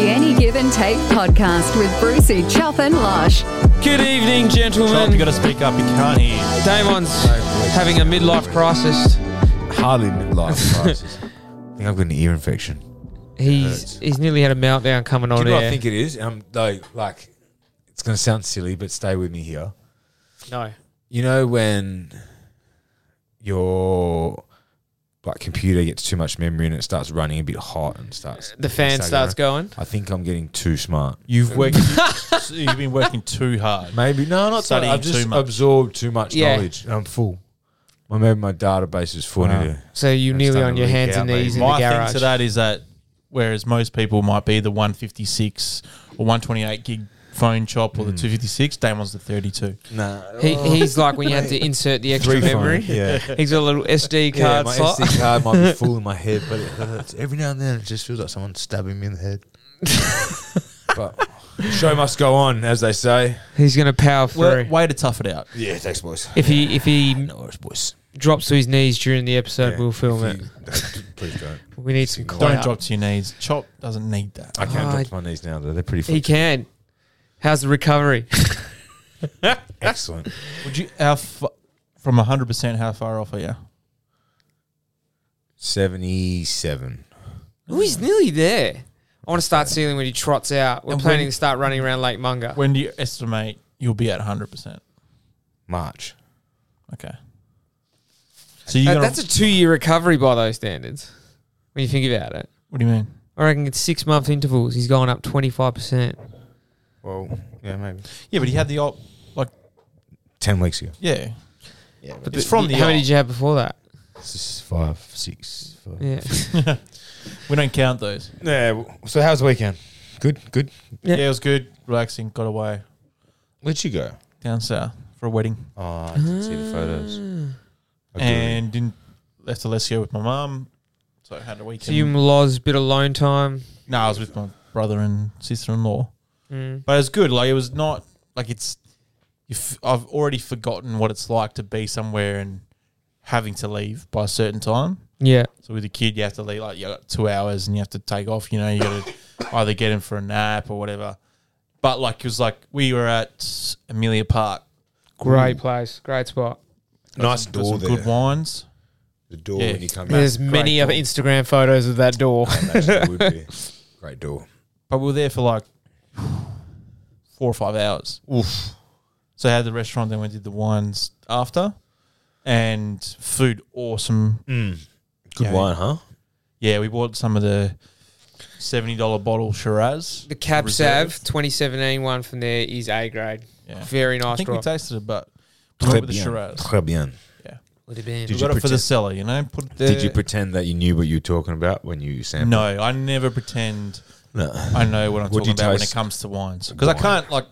and Tape podcast with Brucey, Chuff, and Lush. Good evening, Trump, you gentlemen. got to speak up. You can't hear. Damon's having a midlife crisis. Hardly midlife crisis. I think I've got an ear infection. He's he's nearly had a meltdown coming Do on you know what air. I think it is? Um, though, like, it's going to sound silly, but stay with me here. no. You know when your like computer gets too much memory and it starts running a bit hot and starts The fan starts going. I think I'm getting too smart. You've worked. so you've been working too hard. Maybe no, not Studying studying. I've just too much. absorbed too much Yeah. knowledge. and I'm full. My maybe my database is full. I need to- So you It's nearly starting on to your leak hands out, and mate. knees in the My garage. thing to that is that whereas most people might be the 156 or 128 gig phone chop or the 256, Damon's the 32. He, he's like when you have to insert the extra Oh. Three phone, memory. Yeah. He's got a little SD Yeah, card my slot. SD card might be full in my head, but it hurts. Every now and then it just feels like someone's stabbing me in the head. but the show must go on, as they say. He's gonna power through. Way, way to tough it out. Yeah, thanks, boys. if he if he No worries, boys. drops to his knees during the episode, we'll film if it. you- please don't. We need some Don't clout. Don't drop to your knees. Chop doesn't need that. I can't Oh, drop I- to my knees now, though. They're pretty He fucking can. How's the recovery? excellent. Would you? How fa- from 100%? How far off are you? 77. oh, he's nearly there. I want to start sealing when he trots out. We're And planning when- to start running around Lake Munga. When do you estimate you'll be at 100%? March. Okay. So you That- got. Uh, that's a two-year recovery by those standards. When you think about it, what do you mean? I reckon it's six-month intervals. He's gone up twenty-five percent. Well, yeah, maybe. Yeah, but he had the op. Like 10 weeks ago. yeah. Yeah, But It's from the how many art. did you have before that? This is five, six, five. Yeah, We don't count those. Yeah, w- so how's the weekend? Good, good. Yeah. Yeah. it was good, relaxing, got away Where'd you go? down south for a wedding, Oh, I didn't see the photos. Ah. I do. and didn't left Alessio with my mum, so I had a weekend. so you and Loz bit of alone time. no, I was with my brother and sister-in-law, Mm. but it was good. Like it was not like it's. You f- I've already forgotten what it's like to be somewhere and having to leave by a certain time. Yeah, So with a kid, you have to leave like you got two hours, and you have to take off. You know, you got to either get him for a nap or whatever. But like it was like we were at Amelia Park. great place, great spot. nice Got door some there. good wines. The door Yeah. when you come There's great many other door. Instagram photos of that door. back. Actually, would be. Great door. But we were there for like four or five hours. Oof. So I had the restaurant, then we did the wines after, and food awesome. Good Yeah. wine, huh? Yeah, we bought some of the seventy dollar bottle Shiraz. The Cab Reserve. Sav 2017 one from there is A grade. Yeah. Very I nice think we drop. tasted it, but we went with the Shiraz. Très bien. Would have been. We Did got you it for the pretend- cellar, you know. Put the, Did you pretend that you knew what you were talking about when you sampled? No, I never pretend No. I know what I'm What talking do you about when it taste? comes to wines because I Wine. Mm. can't like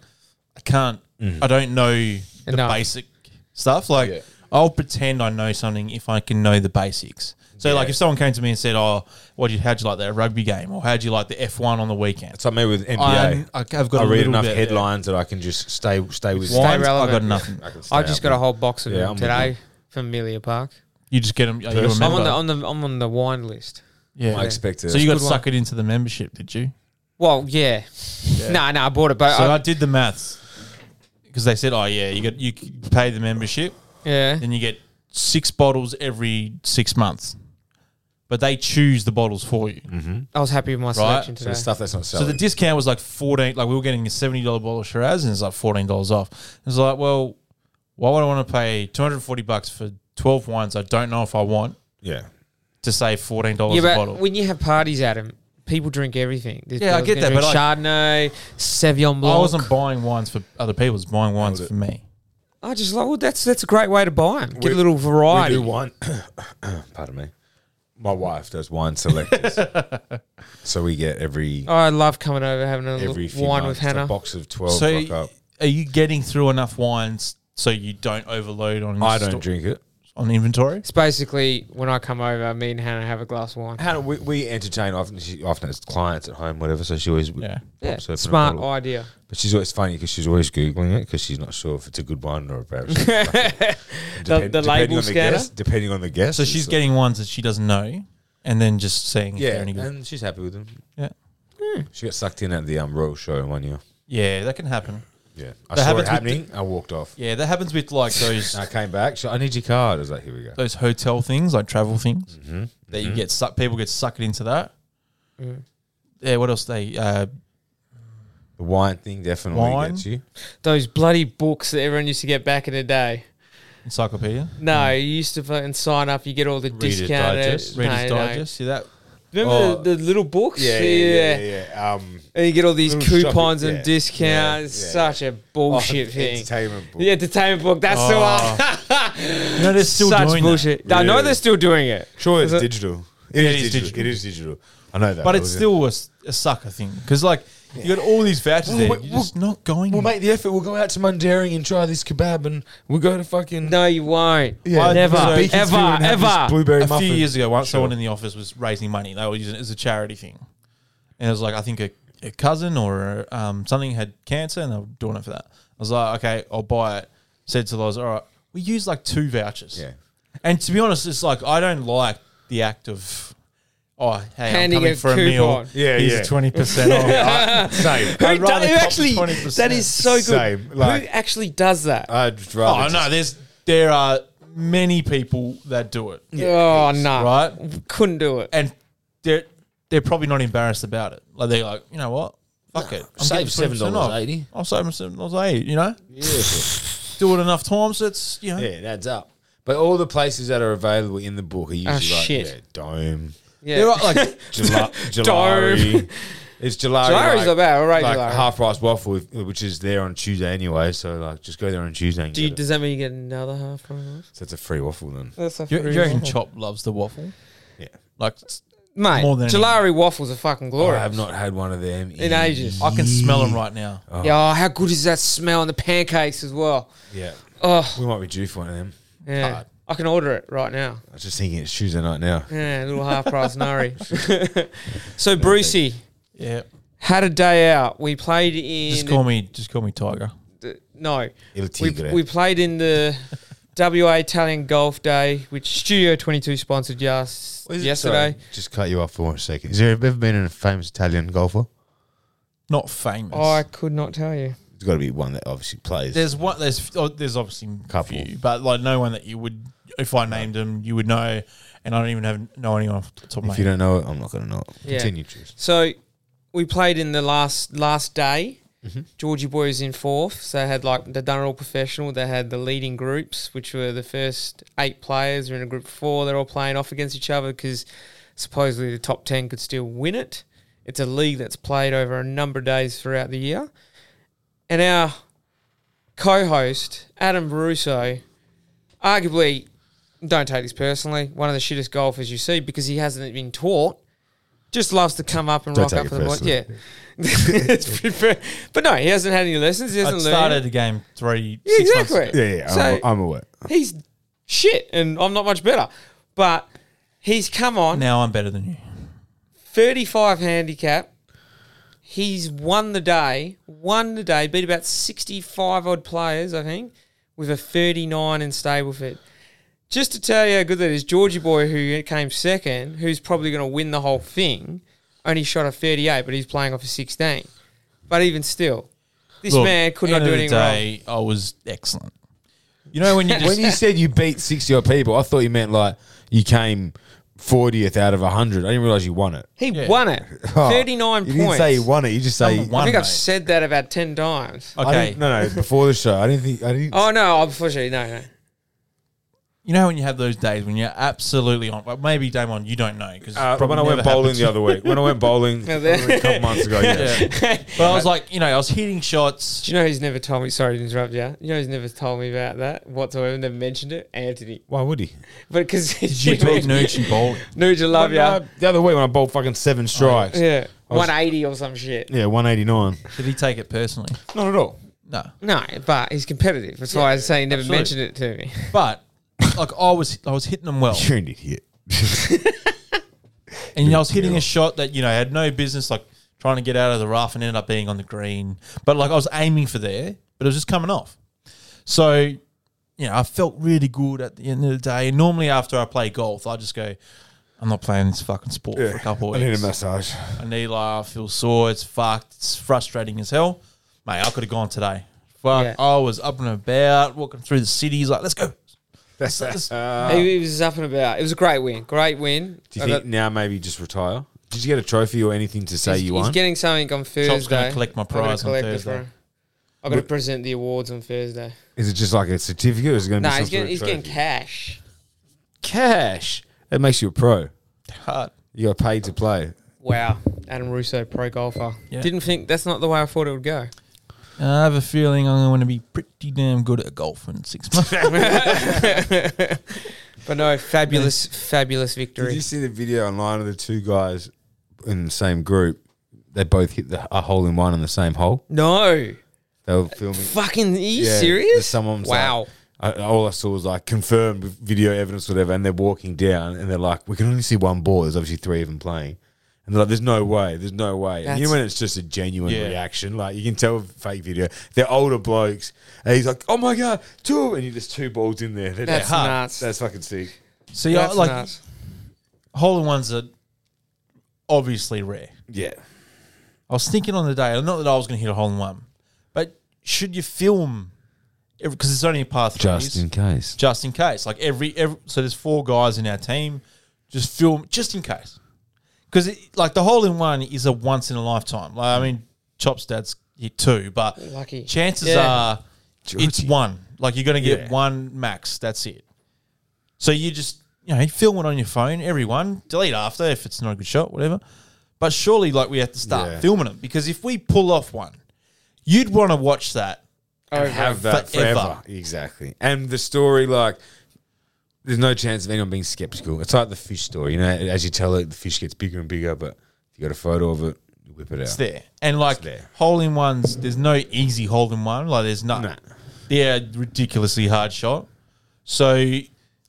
I can't I don't know the Enough. basic stuff. Like Yeah. I'll pretend I know something if I can know the basics. So like Yeah. if someone came to me and said, "Oh, what you how'd you like that rugby game or how'd you like the F1 on the weekend?" It's like me with NBA. I'm- i I have got a read little enough bit, headlines that I can just stay stay with. Yeah. Wines, I relevant. got nothing. I can stay I just up got a with- whole box of Yeah, them I'm with today from Amelia Park. You just get them. You Personal. remember. I'm on the I'm the I'm on the wine list. yeah. I expected. So you got Good one. suckered into the membership, did you? Well, yeah. No, no, I bought it, but So I, I, did the maths because they said, "Oh yeah, you got you c- pay the membership, yeah. then you get six bottles every six months." But they choose the bottles for you. Mm. I was happy with my selection so today. the stuff that's not So selling. the discount was like fourteen. Like we were getting a seventy dollar bottle of Shiraz, and it's like fourteen dollars off. It's like, well, why would I want to pay two hundred forty bucks for twelve wines I don't know if I want yeah, to save fourteen dollars yeah, a but bottle? when you have parties, Adam, people drink everything. There's Yeah, I girls get gonna that, drink but I- Chardonnay, Sauvignon Blanc. I wasn't buying wines for other people; I was buying wines Hold it. for me. I just like, well, that's that's a great way to buy them. Get We- a little I variety. do one. Pardon me. My wife does wine selectors, so we get every Oh, Oh, I love coming over having a every little few wine months, with Hannah. a box of twelve. So, rock up. are you getting through enough wines so you don't overload on I sto- don't drink it. on inventory? It's basically when I come over, me and Hannah have a glass of wine. Hannah, we, we entertain often. She often has clients at home, whatever. So she always Yeah. Yeah, pops open a smart bottle. idea. But she's always funny because she's always googling it because she's not sure if it's a good wine or a bad. one. Depend- the depending label on scanner? guess- depending on the guess. So she's getting ones that she doesn't know, and then just seeing if yeah, they're any good. and she's happy with them. Hmm. Yeah. She got sucked in at the um, Royal Show one year. Yeah, that can happen. Yeah, I That saw it happens with happening. I walked off. Yeah, that happens with like those And I came back. She, I need your card. I was like, here we go. those hotel things, like travel things Mm-hmm. that you get sucked. People get sucked into that. Mm. Yeah, what else? They uh, The wine thing definitely Wine? gets you. Those bloody books that everyone used to get back in the day. encyclopedia, No, you used to fucking sign up. You get all the Reader's discounted. Digest? No, Reader's no. Digest. See that? Remember Oh. the, the little books? yeah. yeah. Um, And you get all these Little shopping- coupons and yeah, discounts. yeah, yeah. Such a bullshit oh, thing. Entertainment book. The entertainment book. That's the one. No, they're still Such doing bullshit. I know Really? they're still doing it. Sure, it's Is it- digital. It is digital. It is digital. I know that. But I it's was in- still a, s- a sucker thing because like you got all these vouchers there, Well, you're just not going. We'll make the effort. We'll go out to Mundaring and try this kebab, and we'll go to fucking No, you won't. Yeah, never, so ever, Beaconsfield and have this ever. blueberry a muffin. few years ago, once someone in the office was raising money. They were using it as a charity thing, and it was like I think a, a cousin or um, something had cancer, and they were doing it for that. I was like, okay, I'll buy it. Said to Loz, all right, we use like two vouchers. Yeah. and to be honest, it's like I don't like the act of. Oh, hey, Handing I'm coming a for a meal. coupon. Yeah, He's yeah. twenty percent off. same. Who does, I'd rather who cop the actually? 20%. That is so good. Same, like- Uh, who actually does that? I'd oh rather. no, there's there are many people that do it, oh no, right? couldn't do it. and they're they're probably not embarrassed about it. Like they're like, you know what? Fuck it. I'm save getting 20% $7.80. off. I'm saving seven dollars eighty. You know, just- do it enough times. It's you know, yeah, yeah, it adds up. But all the places that are available in the book are usually Oh, like shit. yeah, Dome, Yeah. they're like, like Jala- Jalari. It's Jalari. Jalari's like, not bad, all right, Like Jalari. half price waffle, with- which is there on Tuesday anyway. So like, just go there on Tuesday. And do get you, it. does that mean you get another half from us? so it's a free waffle then. That's a you, free you reckon waffle. Chop loves the waffle. Yeah. Like s- mate. more than Jalari waffles are fucking I glorious. have not had one of them in ages. I can smell them right now. Yeah, oh, how good is that smell and the pancakes as well? Yeah, Oh, we might be due for one of them. yeah. Hard. I can order it right now. I was just thinking it's Tuesday night now. Yeah, a little half price nari. so Brucey Yeah, had a day out. We played in just call me, just call me Tiger. no. Il We, Tigre. we played in the WA Italian Golf Day, which Studio Twenty Two sponsored yes, What is it? yesterday. Sorry, just cut you off for one second. Has there ever been a famous Italian golfer? Not famous. I could not tell you. There's got to be one that obviously plays. Oh, there's one. There's oh, there's obviously Couple. few, but like no one that you would. If I named them, you would know. And I don't even have know anyone off the top of my if you head. don't know it, I'm not going to know it. Yeah. Continue, Trish. So we played in the last last day. Georgie Boy was in fourth, so they had like they done it all professional. They had the leading groups, which were the first eight players, are in a group of four. They're all playing off against each other because supposedly the top ten could still win it. It's a league that's played over a number of days throughout the year, and our co-host Adam Russo, arguably, don't take this personally, one of the shittest golfers you see because he hasn't been taught. Just loves to come up and Don't rock take up it for the ball. personally. Yeah, it's pretty fair. But no, he hasn't had any lessons. He I hasn't learned. started the game three. Yeah, six months exactly. so aware. he's shit, and I'm not much better. But he's come on Now I'm better than you. 35 handicap. He's won the day, won the day, beat about 65 odd players, I think, with a 39 in Stableford. Just to tell you how good that is, Georgie Boy, who came second, who's probably going to win the whole thing, only shot a 38, but he's playing off a 16. But even still, this Look, man could not end do of the anything wrong. day, I was excellent. You know when you just when you said you beat 60 odd people, I thought you meant like you came 40th out of 100. I didn't realize you won it. He Yeah. won it. 39 Oh, you points. didn't say you won it. You just say. Number I one. think I've mate. said that about 10 times. I okay, didn't- No, no. Before the show, I didn't think. I didn't. Oh, no, unfortunately, no, no. you know when you have those days when you're absolutely on. Well, maybe Damon, you don't know because Uh, when I went bowling the other week, when I went bowling a couple months ago, yeah. But I was like, you know, I was hitting shots. Do you know who's never told me? Sorry to interrupt you. You know who's never told me about that whatsoever. Never mentioned it. Anthony, Why would he? but because You talk nerds in bowling. Nuge, I love you. The other week when I bowled fucking seven strikes. Yeah, was- one eighty or some shit. Yeah, 189. Did he take it personally? Not at all. No, No, but he's competitive. That's why I say he never absolutely. mentioned it to me. but like I was, I was hitting them well, You're an idiot. and I was hitting a shot that you know had no business like trying to get out of the rough and ended up being on the green. But like I was aiming for there, but it was just coming off. So. You know, I felt really good at the end of the day. Normally, after I play golf, I just go, I'm not playing this fucking sport for a couple of I weeks. need a massage. I need like, I feel sore. It's fucked. It's frustrating as hell. Mate, I could have gone today. Fuck, Yeah. I was up and about, walking through the cities, like, let's go. That's Uh, He was up and about. It was a great win. Great win. Do you think now maybe just retire? Did you get a trophy or anything to say he's, you he's won? getting something on Thursday. Shop's gonna collect my I'm gonna prize on collect it Thursday. for- I've got to present the awards on Thursday. is it just like a certificate? Or is it going No, to be he's some getting, sort of he's getting trophy? cash. cash. That makes you a pro. Hard. You got paid to play. Wow. Adam Russo, pro golfer. Yeah. Didn't think that's not the way I thought it would go. I have a feeling I'm going to be pretty damn good at golf in six months. But no, fabulous, fabulous Did victory. you see the video online of the two guys in the same group? They both hit the, a hole in one on the same hole. No. They were filming. Fucking, are you Yeah, serious? Someone was wow. like- I, all I saw was like confirmed with video evidence, whatever. And they're walking down, and they're like, "We can only see one ball." There's obviously three of them playing, and they're like, "There's no way. There's no way." and you That's- know when it's just a genuine Yeah. reaction, like you can tell with fake video. They're older blokes, and he's like, "Oh my god, two!" of 'em," And you just two balls in there. They're That's like, "Huh, nuts. That's fucking sick. so, yeah, That's like, nuts. hole in ones are obviously rare. Yeah, I was thinking on the day, not that I was going to hit a hole in one, but should you film? Because it's only a par three. just in case. just in case. Like every, every so there's four guys in our team. Just film just in case, because like the hole in one is a once in a lifetime. Like I mean, Chop's dad's hit two, but Lucky. chances Yeah. are it's Georgie. one. Like you're gonna get Yeah. one max. That's it. So you just you know you film it on your phone. Everyone delete after if it's not a good shot, whatever. But surely like we have to start Yeah. filming them because if we pull off one, you'd want to watch that. Over. have that Forever. forever. Exactly. And the story, like, there's no chance of anyone being skeptical. It's like the fish story, you know. As you tell it, the fish gets bigger and bigger, but if you got a photo of it, you whip it out. It's there. And like there. hole in ones, there's no easy hole in one. Like there's not. No. They're a ridiculously hard shot. So,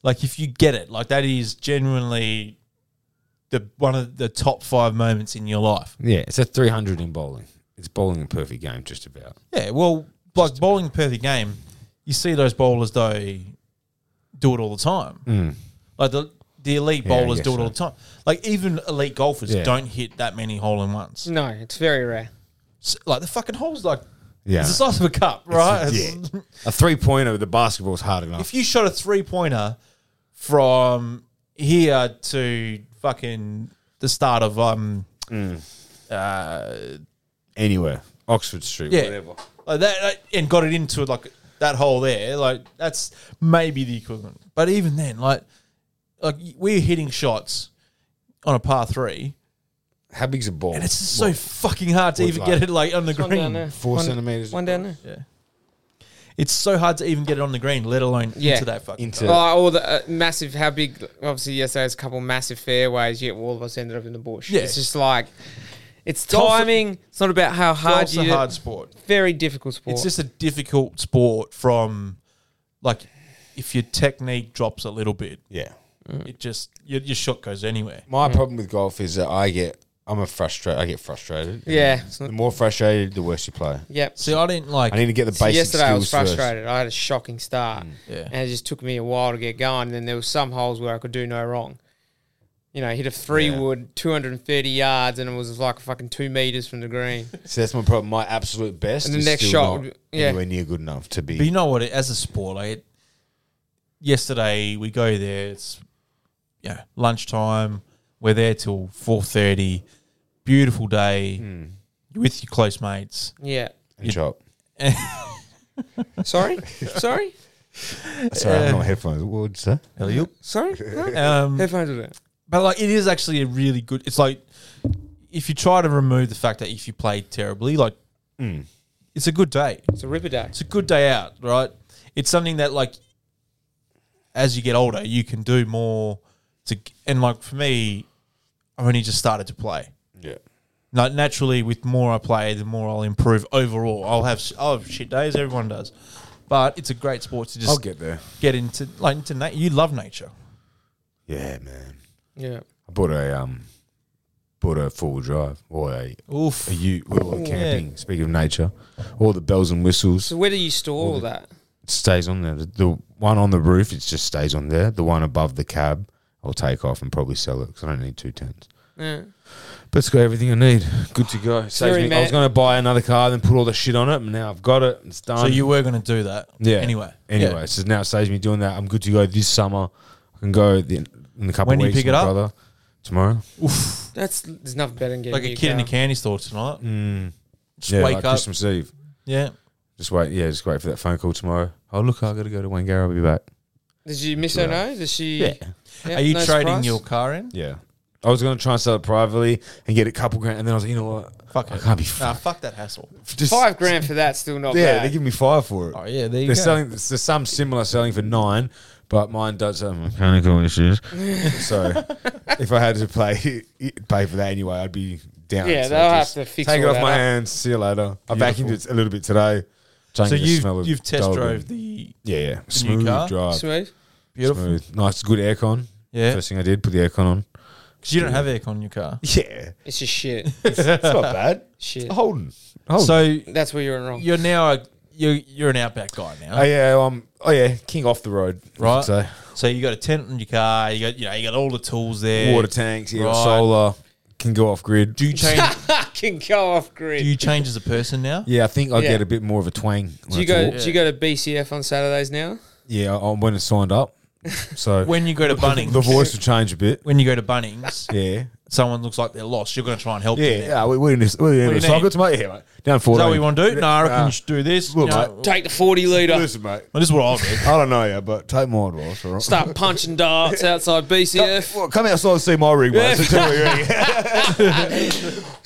like if you get it, like that is genuinely the one of the top five moments in your life. Yeah, it's a 300 in bowling. It's bowling a perfect game, just about. Yeah. Well, like bowling a perfect game, you see those bowlers though do it all the time. Like the the elite Hmm. Yeah, I bowlers guess do it all so. the time. Like even elite golfers Yeah. don't hit that many hole in ones. No, it's very rare. S- Like the fucking holes like. Yeah. It's the size of a cup, right? It's- yeah. a three pointer with the basketball's hard enough. if you shot a three pointer from here to fucking the start of um Anywhere. Oxford Street, yeah whatever. like that, that- and got it into like that hole there like that's maybe the equivalent but even then like like we're hitting shots on a par three How big's a ball? and it's just so fucking hard to What's even that? get it like on the One down there. green Four One- centimeters One down there. it's so hard to even get it on the green let alone Yeah. into that fucking into. Oh, all the uh, massive, how big? Obviously, yesterday was a couple massive fairways. Yet all of us ended up in the bush. Yeah. it's just like it's Golf's a- timing. it's not about how hard Golf's you. a do- hard sport very difficult sport. It's just a difficult sport from like if your technique drops a little bit, yeah. Mm. it just your, your shot goes anywhere. My problem with golf is that I get, I'm a frustrated, I get frustrated. yeah. It's not, The more frustrated, the worse you play. yep. See, I didn't like I need to get the So basic yesterday I was skills first. frustrated. I had a shocking start, Mm, Yeah. and it just took me a while to get going. And then there were some holes where I could do no wrong. You know, hit a three Yeah. wood, two hundred and thirty yards, and it was like fucking two meters from the green. So that's my problem. My absolute best. And the is next still shot not would be- yeah. anywhere near good enough to be. But you know what? It, as a sport, like it, yesterday we go there. It's yeah lunchtime. We're there till four thirty. Beautiful day. Hmm. You're with your close mates. Yeah. and chop. Sorry, sorry, Sorry, I'm not headphones. What would you say? sorry. No? Um, Headphones are there. But like, it is actually a really good. It's like if you try to remove the fact that if you play terribly, like Mm. it's a good day. It's a ripper day. It's a good day out, right? It's something that like as you get older, you can do more. To and like for me, I've only just started to play. Yeah. Like naturally, with more I play, the more I'll improve overall. I'll have s- I'll have shit days. Everyone does, but it's a great sport to just I'll get there. get into like into nature. You love nature. Yeah, man. Yeah. I bought a um, bought a four wheel drive or a Oof. a ute with Oh, all the camping. Speaking of nature, all the bells and whistles So where do you store all that? it stays on there. The, the one on the roof, it just stays on there. The one above the cab. I'll take off and probably sell it because I don't need two tens. Yeah. But it's got everything I need. Good to go. Saves Sorry, me- I was Matt. going to buy another car, then put all the shit on it, and now I've got it. It's done. so you were going to do that, Yeah. Anyway, Anyway, so now it saves me doing that. I'm good to go this summer. I can go the, in a couple When of do you weeks. pick my it up? brother. Tomorrow. That's there's nothing better than Yeah. getting like a new kid in a car. candy store tonight. Mm. Just Yeah, wake like up. Christmas Eve. Yeah, Just wait. Yeah, just wait for that phone call tomorrow. Oh look, I got to go to Wangara. I'll be back. Did you miss her? No. Does she? yeah, Are you no trading surprise? your car in? Yeah. I was going to try and sell it privately and get a couple grand, and then I was like, you know what? Fuck I it. can't be Nah, fucked. fuck that hassle. Just- five grand for that? Still not Yeah, they bad. give me five for it. Oh yeah, there you They're go. selling. There's some similar selling for nine, but mine does have mechanical issues. so if I had to play pay for that anyway, I'd be down. Yeah, So they'll have just to fix Take it all off that my up. hands. See you later. I Beautiful. vacuumed it a little bit today. Changed so the smell you've of you've test dog. drove the Yeah, yeah, the new smooth car? drive. Smooth. beautiful. Smooth. Nice, good aircon. Yeah, First thing I did, put the aircon on. because you don't have aircon in your car. Yeah, It's just shit. it's not bad. shit. Oh. Holden, Holden. So That's where you went wrong. you're now a you you're an outback guy now, oh yeah, um, oh yeah, king off the road, Right. So so you got a tent in your car. You got you know you got all the tools there. water tanks, yeah, Right. solar can go off grid. Do you change? Can go off grid. do you change as a person now? Yeah, I think I Yeah. get a bit more of a twang. Do when you I go? talk. Do you go to BCF on Saturdays now? Yeah, I, I went and signed up. So When you go to Bunnings, the voice will change a bit. when you go to Bunnings, Yeah, someone looks like they're lost. You're going to try and help yeah, them. there. Is yeah. We we in this. We in do you this. So I need? got to my yeah, mate. Down four. that what you want to do? No, I reckon Nah. you should do this. Look, No. mate. Take the forty liter. Listen, mate. Well, this is what I'll do. I don't know you, but take my advice. All right. Uh, Start punching darts outside BCF. Well, come outside and see my rig, mate. So tell me what you reckon.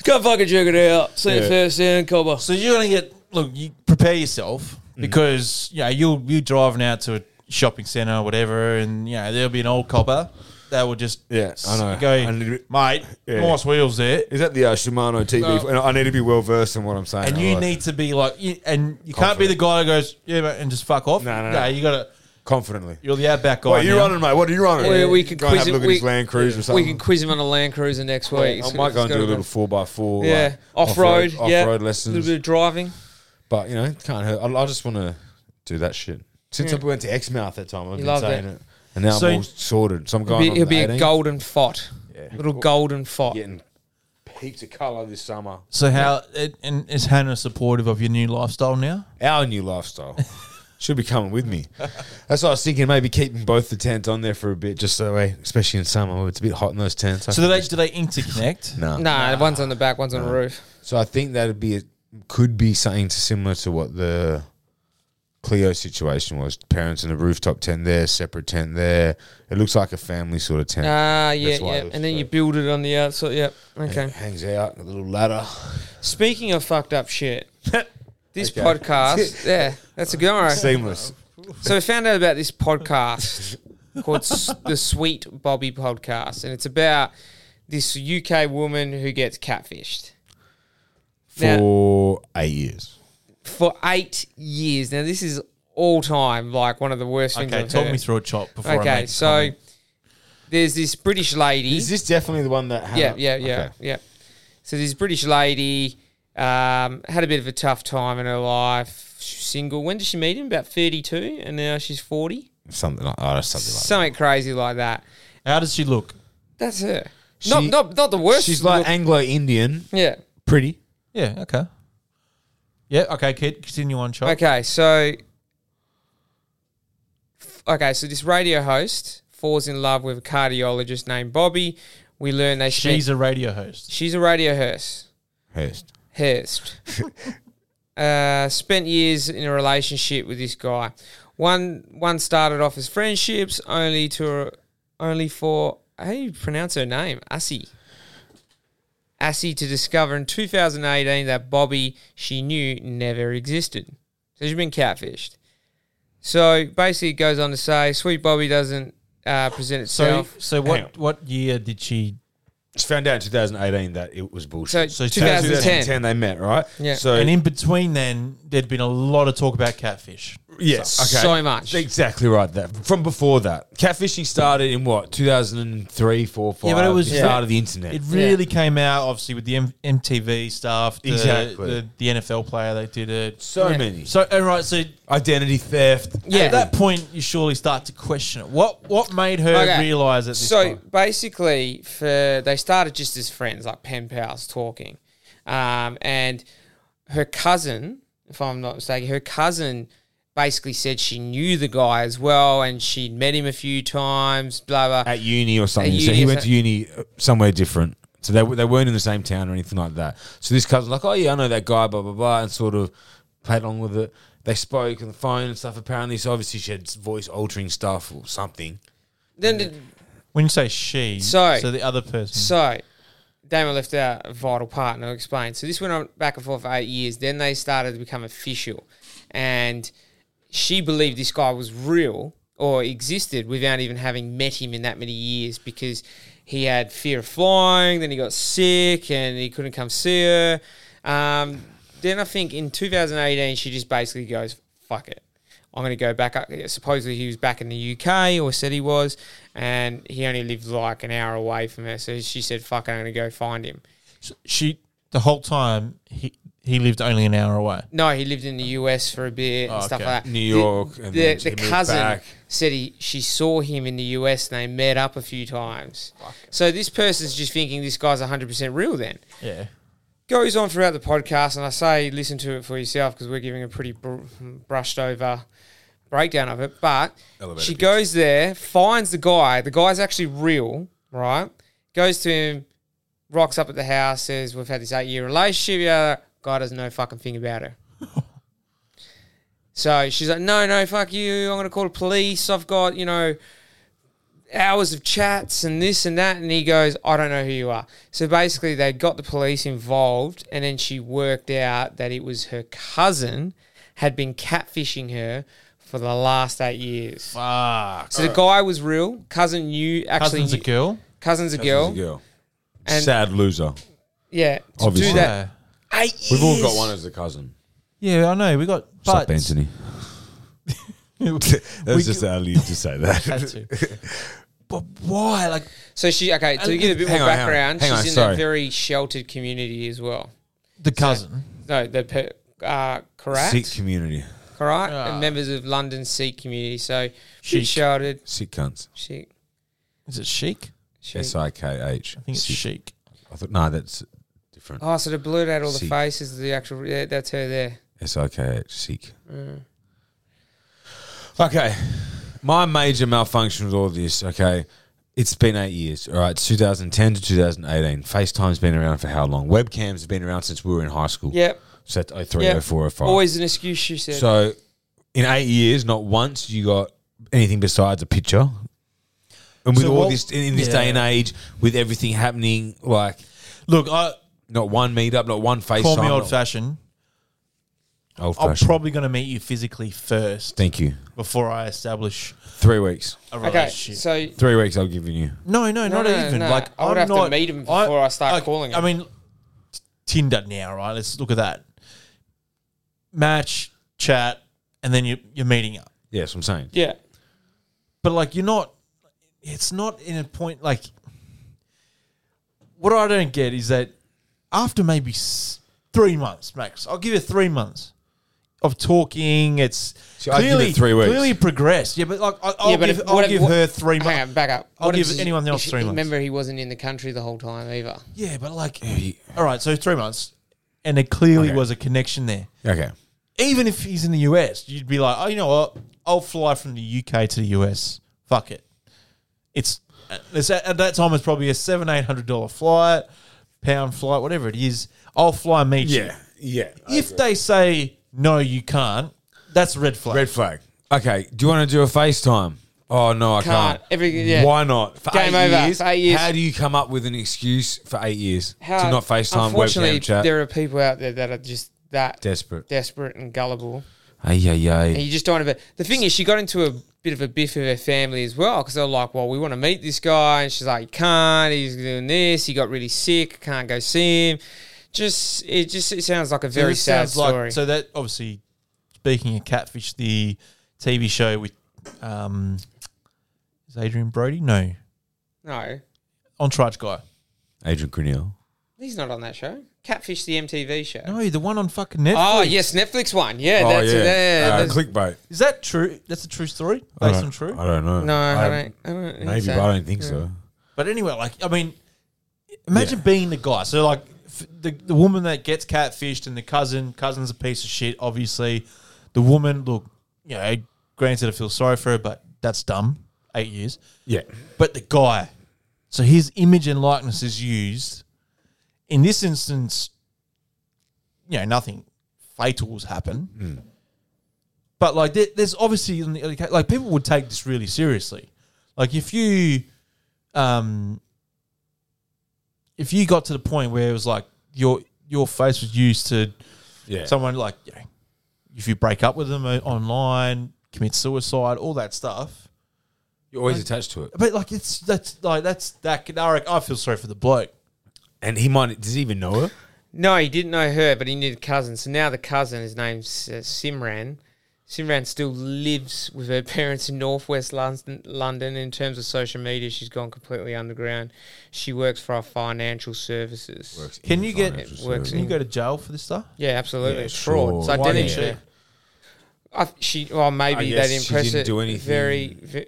Go fucking jerk it out. See Yeah. it first down, Cobber. So you're gonna get look. You prepare yourself Mm. because you know you'll you driving out to a shopping center or whatever, and you know there'll be an old copper that will just Yeah, I know. go, I need to- mate, Yeah. nice wheels there. Is that the uh, Shimano TV? And I need to be well versed in what I'm saying. And you alright? need to be like, you, and you can't be the guy that goes, yeah, mate, and just fuck off. No, no, no. you gotta. confidently. You're the outback guy. What are you now. running, mate? What are you running? We- we can go and quiz have a it- look at we- his Land Cruiser or We something. can quiz him on a Land Cruiser next week. I might go and do a little four by four. like, yeah off road. off Yeah, road A little lessons. bit of driving. But you know, it can't hurt. I, I just want to do that shit. Since I went to Exmouth that time, I've been loved saying it. it. and now So- I'm all sorted. So I'm He'll going. be, on he'll the be a 18th. golden fot. Little golden fot. Getting heaps of colour this summer. So how it, and is Hannah supportive of your new lifestyle now? Our new lifestyle. Should be coming with me. That's what I was thinking. Maybe keeping both the tents on there for a bit, just so that way, especially in summer, it's a bit hot in those tents. I So do can they just- do they interconnect? nah. Nah, one's on the back, one's on the roof. So I think that'd be a, could be something to similar to what the Clio situation was. Parents in the rooftop tent there, separate tent there. It looks like a family sort of tent. Ah, yeah, That's why yeah. it was And then so- you build it on the outside. Yep. Okay. Hangs out, a little ladder. Speaking of fucked up shit, this Okay. podcast. Yeah, that's a good one. Seamless. So we found out about this podcast called S- the Sweet Bobby Podcast, and it's about this UK woman who gets catfished Now- For eight years. for eight years. Now this is all time like one of the worst things. Okay, I've talk heard. me through a chop before. I Okay, make this so comment. there's this British lady. Is this definitely the one that? had- yeah, yeah, yeah, Okay. yeah. So this British lady um, had a bit of a tough time in her life. She's single. When did she meet him? About thirty-two, and now she's forty. Something like oh, something like. Something crazy like that. how does she look? That's her. She- not, not, not the That. worst. She's like look- Anglo Indian, yeah. pretty. Yeah. Okay. Yeah. Okay, kid. Continue on chop. Okay, so, f- okay, so this radio host falls in love with a cardiologist named Bobby. We learn they spent- She's a radio host. she's a radio host. Hurst. Hurst. uh, spent years in a relationship with this guy. One one started off as friendships, only to only for how do you pronounce her name? Assie. Assie to discover in 2018 that Bobby she knew never existed. So she's been catfished. So basically, it goes on to say, "Sweet Bobby doesn't uh, present So itself." so Hang on. what what year did she? She found out in 2018 that it was bullshit. So, So 2010. 2010 they met, right? Yeah. So And in between then, there'd been a lot of talk about catfish. Yes. okay. So much. Exactly right. That from before that, catfishing started in what 2003, four, five. Yeah, but it was- the Yeah. start of the internet. It really came out, obviously, with the M- MTV stuff. The, Exactly. The, the NFL player, they did it. so Yeah. many So, all right, so identity theft. Yeah. at that point, you surely start to question it. What What made her Okay. realize at this so point? basically, for they started just as friends, like pen pals talking, um, and her cousin, if I'm not mistaken, her cousin basically said she knew the guy as well, and she'd met him a few times, blah blah. at uni or something. At so uni he or went so- to uni uh, somewhere different. So they, w- they weren't in the same town or anything like that. So this cousin's like, oh yeah, I know that guy, blah blah blah, and sort of played along with it. They spoke on the phone and stuff. Apparently, so obviously she had voice altering stuff or something. then the, When you say she, So- so the other person. So, Damon left out a vital part, and I'll explain. So, this went on back and forth for eight years. Then they started to become official, and she believed this guy was real or existed without even having met him in that many years because he had fear of flying. Then he got sick, and he couldn't come see her. Um, then I think in 2018, she just basically goes, "Fuck it." I'm going to go back up. Supposedly he was back in the UK or said he was, and he only lived like an hour away from her. So she said, "Fuck, it, I'm going to go find him." she the whole time he he lived only an hour away. No, he lived in the US for a bit and Oh, stuff okay. like that. New The- York, The, and then she the moved cousin back. said he she saw him in the US and they met up a few times. So this person's just thinking this guy's 100 percent real. Then Yeah. goes on throughout the podcast, and I say listen to it for yourself because we're giving a pretty br- brushed over breakdown of it. But Elevator she pitch. goes there, finds the guy. The guy's actually real, right? Goes to him, rocks up at the house, says, "We've had this eight-year relationship." Yeah, guy doesn't know a fucking thing about her. so she's like, "No, no, fuck you! I'm gonna call the police. I've got you know." hours of chats and this and that. And he goes, I don't know who you are. So basically, they got the police involved, and then she worked out that it was her cousin had been catfishing her for the last eight years. Fuck. So the guy was real. Cousin knew actually. Cousin's a knew- girl. Cousin's a girl. Girl. girl. And- Sad loser. Yeah. To Obviously. do that. Eight We've all got years. one as a cousin. Yeah, I know. We got but Stop, Anthony. That's We just g- early to say that. had to. But why? Like So she, okay, to give a bit Hang more on, hang on, background, hang on, she's in sorry. a very sheltered community as well. the cousin. No, the pe- uh, correct. Sick community. correct. Ah. and members of London Sikh community. So Sheik. she's sheltered. Sick cunts. She, Is it chic? she, S I K H. I think it's Sick. chic. I thought no, that's different. Oh, so they blurred out all the Seek. faces. The actual yeah, that's her there. S I K H. Sick. Mm. Okay. My major malfunction with all this, okay, it's been eight years, all right, 2010 to 2018. FaceTime's been around for how long? Webcams have been around since we were in high school. Yep. So oh that's 03, Yep. 04, 05. Always an excuse. She said. So in eight years, not once you got anything besides a picture. And with So all what- this, in, in this day and Yeah. age, with everything happening, like Look, I not one meetup, not one FaceTime. call me not- old fashioned. Old I'm fashioned. probably gonna meet you physically first Thank you. before I establish Three weeks. a okay. relationship. So Three weeks I'll give you. No, no, No, not no, even. no. Like I would have I'm to not- meet him before I start calling I him. mean, t- Tinder now, right? Let's look at that. Match, chat, and then you you're meeting up. Yes, I'm saying. yeah. But like you're not. It's not in a point like. What I don't get is that after maybe s- three months max, I'll give you three months of talking. It's See, I'd give it clearly three weeks. Clearly progressed. Yeah, but like I, I'll yeah, but give, if- what I'll if- give what- her three months. Hang on, back up. I'll What if give she- anyone if else she- three months. Remember, he wasn't in the country the whole time either. Yeah, but like, he- all right, so three months, and there clearly Okay. was a connection there. Okay. Even if he's in the US, you'd be like, oh, you know what? I'll fly from the UK to the US. Fuck it. It's, it's at, at that time it's probably a seven eight hundred dollar flight, pound flight, whatever it is. I'll fly and meet Yeah. you. If they say no, you can't. That's a red flag. Red flag. Okay. Do you want to do a FaceTime? Oh no, I can't. Can't. Every- yeah. Why not? For Game eight over. Years, For eight years. How do you come up with an excuse for eight years to not FaceTime, Unfortunately, webcam chat? there are people out there that are just that Desperate. desperate and gullible. Ay, ay, And ay. you just don't have a. The thing is, she got into a bit of a biff with her family as well because they're like, well, we want to meet this guy. And she's like, you can't. He's doing this. He got really sick. Can't go see him. Just, it just it sounds like a So very this sad sounds like- story. so that obviously speaking of catfish, the TV show with um, is Adrian Brody? No, No, Entourage guy. Adrian Creniel. he's not on that show. Catfish, the MTV show. No, the one on fucking Netflix. Oh yes, Netflix one. Yeah, that's it. Yeah, Oh, Uh, that's- clickbait. Is that true? That's a true story, I based don't- on true. I don't know. no, I, don't. I don't think Uh, Maybe, so. but I don't think so. But anyway, like I mean, imagine being the guy. So like f- the the woman that gets catfished and the cousin cousin's a piece of shit. Obviously, the woman look, you know, granted I feel sorry for her, but that's dumb. Eight years, Yeah. but the guy. So his image and likeness is used. In this instance, you know, nothing fatal has happened. But like, there, there's obviously in the other ca- like people would take this really seriously. Like if you, um, if you got to the point where it was like your your face was used to Yeah. someone like you know, if you break up with them o- online, commit suicide, all that stuff. You're always attached to it. But like it's that's like that's that. can- I reckon- I feel sorry for the bloke. And he might, does he even know her? No, he didn't know her, but he knew the cousin. So now the cousin, his name's uh, Simran. Simran still lives with her parents in northwest London, London. In terms of social media, she's gone completely underground. She works for our financial services. Can you get- financial It works services. Can you go to jail for this stuff? Yeah, absolutely. Yeah, it's fraud. It's sure. Why identity did she? theft. I, th- she, well, I maybe they guess didn't she press didn't it. do anything. Very, ve-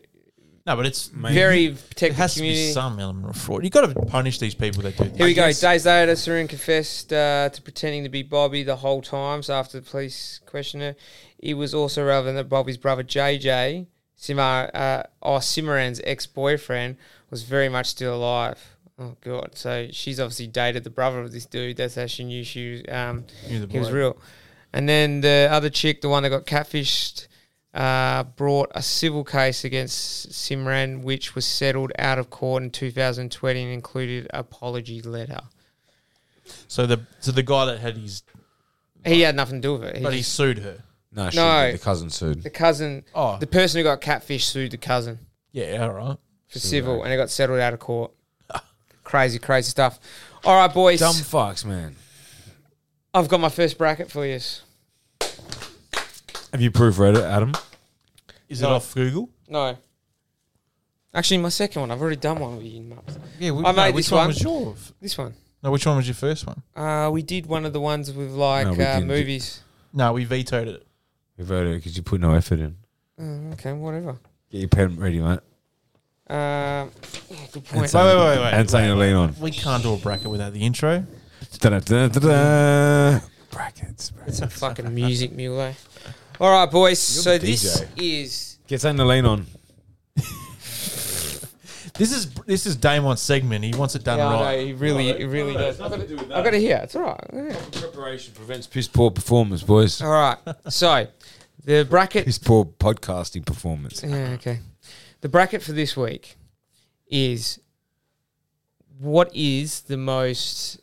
No, but it's Maybe. very There protective has to community. be some element of fraud. You got to punish these people that do. Here we things. go. Days later, Sarin confessed uh, to pretending to be Bobby the whole time. So after the police questioned her, it was also relevant that Bobby's brother JJ, Simar, uh, or Simaran's ex-boyfriend, was very much still alive. Oh god! So she's obviously dated the brother of this dude. That's how she knew she was. Um, Knew the he was bloke. real. And then the other chick, the one that got catfished, uh, brought a civil case against Simran, which was settled out of court in 2020 and included apology letter. So the so the guy that had his He had nothing to do with it. He but he just- sued her. No, she No. did, the cousin sued. the cousin, Oh. the person who got catfish sued the cousin Yeah, all right. for civil, and it got settled out of court. crazy, crazy stuff. All right, boys. Dumb fucks, man. I've got my first bracket for you. Have you proofread it, Adam? Is it off Google? No. Actually, my second one. I've already done one with you. nuts. Yeah, we, I made which this one, one. was your? f- This one. No, which one was your first one? Uh, we did one of the ones with like No, we uh, didn't. movies. No, we vetoed it. You wrote it because you put no effort in. Oh, okay, whatever. Get your pen ready, mate. Um, yeah, good And point. Wait, wait, something- wait, wait, And something to lean on. We can't do a bracket without the intro. Da-da-da-da-da. Brackets. brackets. It's a fucking music mule. eh? All right, boys. so You're the this DJ. is Get something to lean on. This is this is Damon's segment. He wants it done yeah, I know, right. he really, it really does. I've got it, I've got it here. It's all right. Yeah. Preparation prevents piss poor performance, boys. All right. So the bracket. Piss poor podcasting performance. Yeah, okay. The bracket for this week is what is the most.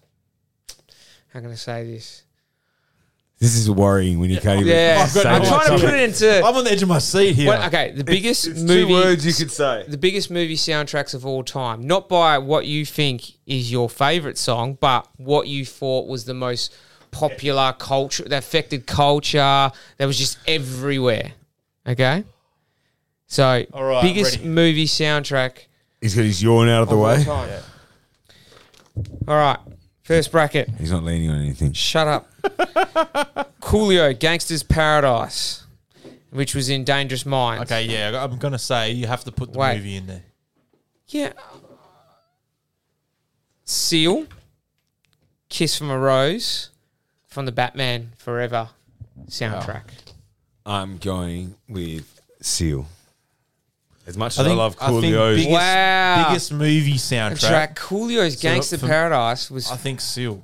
How can I say this? This is worrying when you can't even. Yeah, say got I'm no what's trying to up. put it into. I'm on the edge of my seat here. Well, okay, the biggest movie. you could say. the biggest movie soundtracks of all time, not by what you think is your favorite song, but what you thought was the most popular culture that affected culture that was just everywhere. Okay, so All right, I'm biggest ready. movie soundtrack He's got his yawn out of the of all way. time. All right, first bracket. He's not leaning on anything. Shut up. Coolio, Gangster's Paradise, which was in Dangerous Minds. okay, yeah, I- I'm gonna say you have to put the Wait. movie in there. Yeah. Seal, Kiss from a Rose, from the Batman Forever Oh. soundtrack. I'm going with Seal. As much as I I, think- love I think Coolio's, big- Biggest- wow. Biggest movie soundtrack. track. Coolio's Gangster for- Paradise was. I think Seal.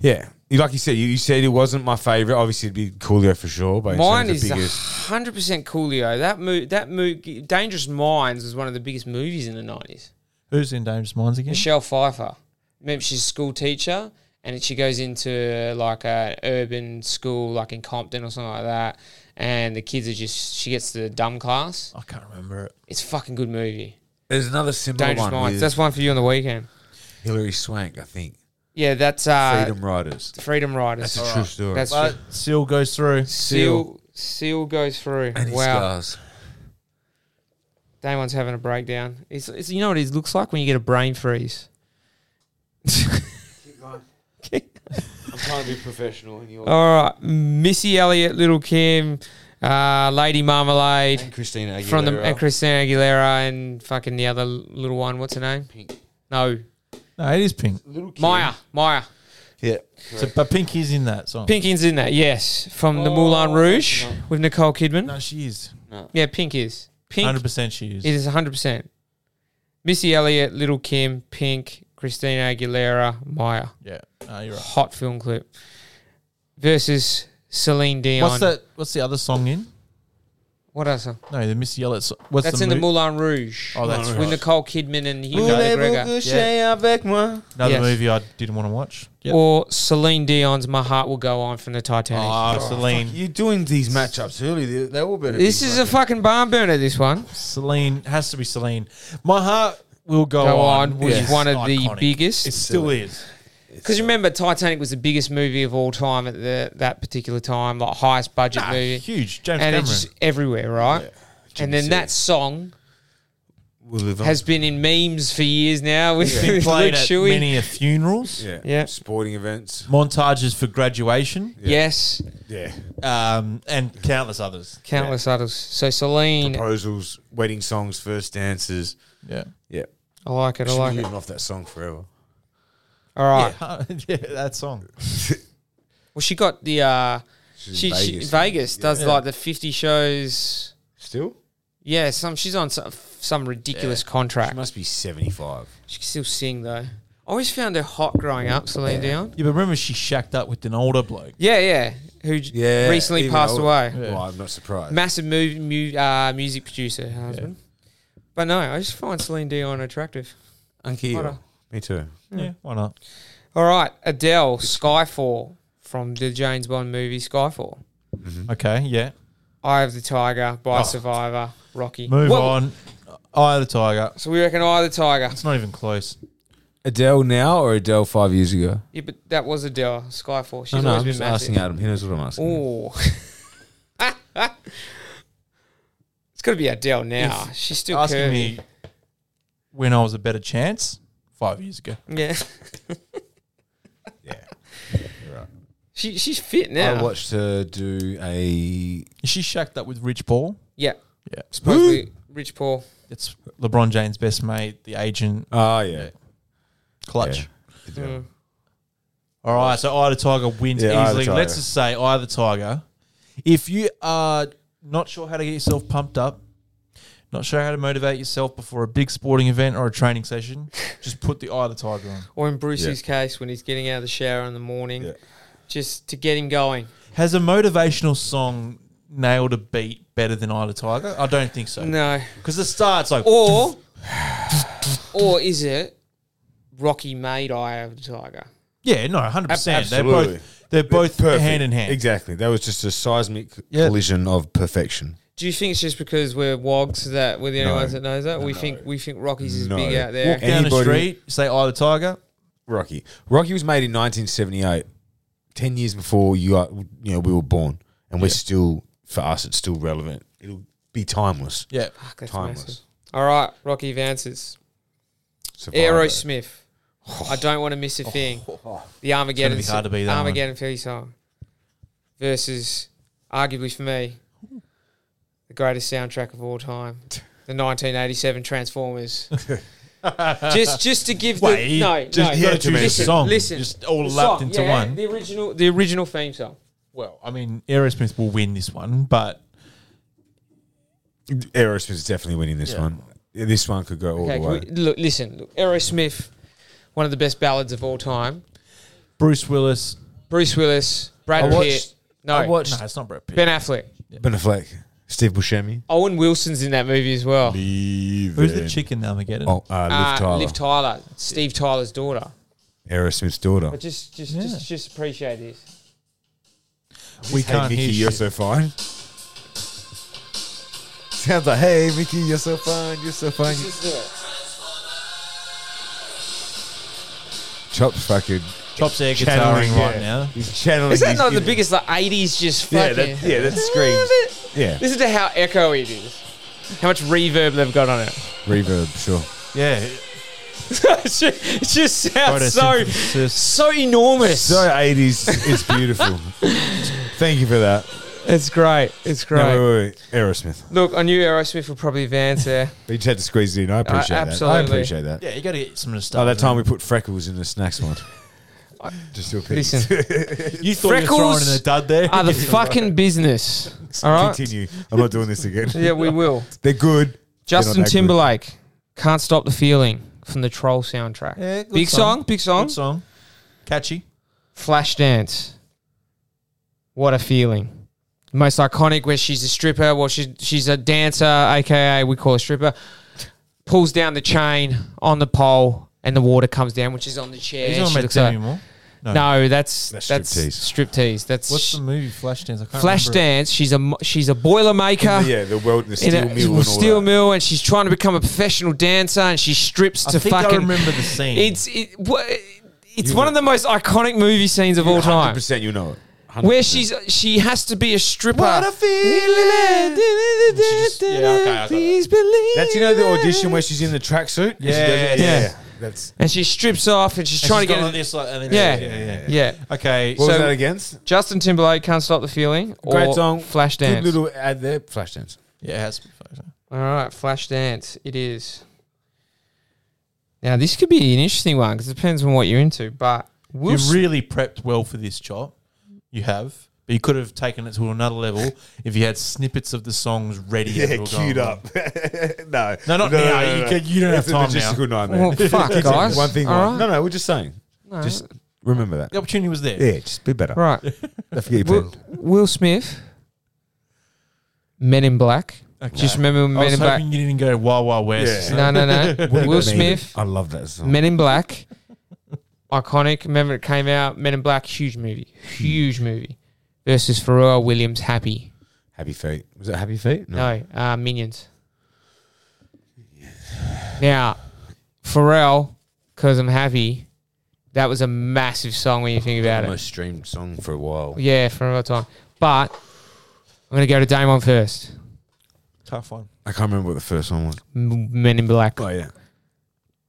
yeah, You- like you said, you, you said it wasn't my favorite. Obviously, it'd be Coolio for sure. But in mine terms is of biggest, hundred percent Coolio. That movie, that movie, Dangerous Minds was one of the biggest movies in the nineties. Who's in Dangerous Minds again? Michelle Pfeiffer. Remember, she's a school teacher, and she goes into like a urban school, like in Compton or something like that. And the kids are just. She gets the dumb class. I can't remember it. It's a fucking good movie. there's another similar Dangerous one Minds. with That's one for you on the weekend. Hillary Swank, I think. Yeah, that's uh, Freedom Riders. Freedom, Riders. That's a true story. That's But Seal goes through. Seal. Seal. Seal goes through. And his wow. scars. Damon's having a breakdown. It's, it's, you know what it looks like when you get a brain freeze. I'm trying to be professional and you're All right, Missy Elliott, Little Kim, uh, Lady Marmalade and Christina Aguilera. from the and Christina Aguilera and fucking the other little one. What's her name? Pink. No, No, it is pink. Little kid. Maya. Maya. Yeah. So, but pink is in that song. Pinkin's in that. Yes, from the Moulin Oh, Rouge no. with Nicole Kidman. No, she is. Yeah, Pink is Pink. Hundred percent, she is. It is 100%. Missy Elliott, Little Kim, Pink, Christina Aguilera, Maya. Yeah, no, you're right. Hot film clip. Versus Celine Dion. What's that? What's the other song in? What else? No, the Missy Elliott. song. What's That's the in the mo- Moulin Rouge. Oh, that's With right. Nicole Kidman and Hugh Moulin McGregor. Another Yes. Oh. movie I didn't want to watch. Yep. Or Celine Dion's My Heart Will Go On from the Titanic. Ah, Celine. You're doing these matchups early. They, they all better. this be is a fucking- fucking barn burner, this one. Celine has to be Celine. My heart will go, Go On was is one of the iconic. biggest. It still is. Because remember, Titanic was the biggest movie of all time at the, that particular time, like highest budget Nah, movie. huge. James and Cameron. it's just everywhere, right? Jimmy And then said. that song We'll live on. has been in memes for years now with, It's been with played Luke at Shuey. many a funerals. yeah. Yeah. Sporting events. Montages for graduation, Yes, Yeah. um, and countless others. countless others. So Celine, Proposals, wedding songs, first dances. Yeah, Yeah. I like it. I Should like be it. living off that song forever. All right. yeah. yeah that song. Well, she got the uh, She's she in Vegas, she, Vegas. Vegas does Yeah. like the fifty shows. Still? Yeah, some she's on some, some ridiculous contract. She She, must be 75. can still sing though. I always found her hot growing up, Celine Dion. Yeah, but remember she shacked up with an older bloke. Yeah, yeah. Who j- recently even passed older. away. Well, I'm not surprised. massive mu- mu- uh, music producer her husband. But no, I just find Celine Dion attractive. Uncle. Me too. Yeah, why not? All right, Adele, Skyfall from the James Bond movie Skyfall. Okay, yeah. Eye of the Tiger by Oh. Survivor, Rocky. Move Whoa. on. Eye of the Tiger. So we reckon Eye of the Tiger. It's not even close. Adele now or Adele five years ago? Yeah, but that was Adele, Skyfall. She's No, no, always I'm been just massive. asking Adam. He knows what I'm asking. Oh. it's got to be Adele now. She's still Asking curvy. me when I was a better chance five years ago. Yeah. Yeah. You're right. She, she's fit now. I watched her do a. Is she shacked up with Rich Paul? Yeah. Yeah. Supposedly Rich Paul. It's LeBron James' best mate, the agent, Oh, yeah. clutch. Yeah. Mm. All right, so Eye of the Tiger wins Yeah, Eye of the easily. Tiger. Let's just say Eye of the Tiger. If you are not sure how to get yourself pumped up, not sure how to motivate yourself before a big sporting event or a training session, just put the Eye of the Tiger on. Or in Brucey's Yeah. case, when he's getting out of the shower in the morning, Yeah. just to get him going. Has a motivational song nailed a beat better than Eye of the Tiger? I don't think so. No. Because the start's like, Or, or is it Rocky made Eye of the Tiger? yeah, no, 100%. Absolutely. They're both, they're both Perfect. hand in hand. Exactly. That was just a seismic Yeah. collision of perfection. Do you think it's just because we're wogs that we're the only No. ones that knows that? We think we think Rocky's is No. big out Walk there. down the Anybody- street, say Eye of the Tiger. Rocky. Rocky was made in 1978, 10 years before you are, you know we were born, and we're still for us it's still relevant. It'll be timeless. Yeah. Fuck, that's timeless. massive. All right, Rocky advances. Survivor. Aerosmith. Oh. I don't want to miss a thing. The Armageddon, It's gonna be hard to beat that one. Armageddon Philly song versus, arguably for me, the greatest soundtrack of all time, the 1987 Transformers. just, just to give the Wait, no, just no, you gotta choose a listen, song. Listen, Just all The lapped song, into yeah, one. The original, the original theme song. Well, I mean, Aerosmith will win this one, but Aerosmith is definitely winning this one. This one could go all Okay, the can way. we, look, listen, look, Aerosmith, one of the best ballads of all time. Bruce Willis. Bruce Willis, Brad I watched- Pitt, no, I watched No, it's not Brad Pitt. Ben Affleck. Ben Affleck, Steve Buscemi. Owen Wilson's in that movie as well. Who's the chick in Armageddon? Oh, uh, Liv uh, Tyler, Liv Tyler, Steve Tyler's daughter. Aerosmith's daughter. But just, just, just, just appreciate this. we Hey, can't Mickey, hear you're shit. so fine. Sounds like, hey, Mickey, you're so fine, you're so fine. Just do it. Chops fucking Chops air Channeling, guitaring right yeah. now. He's channeling. Is that his not the inner- biggest like eighties just Yeah, fucking? that, yeah, that screams. Yeah, Listen to how echoey it is. How much reverb they've got on it. reverb, sure. Yeah, It's ju- it just sounds so photosynthesis. so enormous. So eighties, it's beautiful. Thank you for that. it's great. It's great. No, wait, wait, wait. Aerosmith. Look, I knew Aerosmith would probably advance there. You just had to squeeze it in. I appreciate Uh, absolutely. that. I appreciate that. yeah, you got to get some of the stuff. Oh, that time we put freckles in the snacks one. Just to appease. Listen, you thought you were throwing in Freckles the dud there. are the fucking business. All right. Continue. I'm not doing this again. Yeah, we will. They're good. They're not Justin that good. Timberlake, "Can't Stop the Feeling" from the Troll soundtrack. Yeah, good big song. song, big song. Good song, catchy. Flashdance. What a feeling. Most iconic where she's a stripper, well she's she's a dancer, aka we call her stripper. Pulls down the chain on the pole and the water comes down, which is on the chair. He's not She made looks Demi like- Moore. No. no, that's That's that's striptease. That's What's the sh- movie Flashdance? I can't remember. Flashdance. She's a mo- she's a boilermaker. Yeah, the world, the In steel a mill, and all steel that. mill, and she's trying to become a professional dancer, and she strips I to think fucking. I remember the scene. It's it, wha- it's one of the most iconic movie scenes of all time. 100% you know it. 100%. Where she's she has to be a stripper. What a feeling. just- yeah, okay, I got it. Please believe. That's you know the audition where she's in the tracksuit. And she does it? Yeah. That's and she strips off and she's And trying she's to got get like this, like, and then Yeah. yeah, yeah, yeah. Yeah, Okay, what so was that against? Justin Timberlake can't stop the feeling. Great or song, Flashdance. Good little ad there, Flashdance. yeah, it has to be Flashdance. All right, Flashdance. It is. Now this could be an interesting one because it depends on what you're into. But we'll you really prepped well for this chop. You have. But you could have taken it to another level if you had snippets of the songs ready. as we were going along. no, No, not now. You can- you don't It's have time a now. logistical nightmare. Well, fuck, Continue. guys. One thing. All one- right. No, no. We're just saying. No. Just remember that. The opportunity was there. Yeah, just be better. right. Don't forget your Will, pen. Will Smith, Men in Black. Okay. Just remember I Men was in hoping Black. you didn't go Wild Wild West. Yeah. No, no, no. Will Smith, I love that song. Men in Black, iconic. Remember it came out. Men in Black, huge movie, huge movie. Versus Pharrell Williams, Happy. Happy Feet. Was it Happy Feet? No, uh, Minions. Now, Pharrell, because I'm happy. That was a massive song when you think about it. Most streamed song for a while. Yeah, for another time. But I'm gonna go to Damon first. Tough one. I can't remember what the first one was. M- Men in Black. Oh, yeah.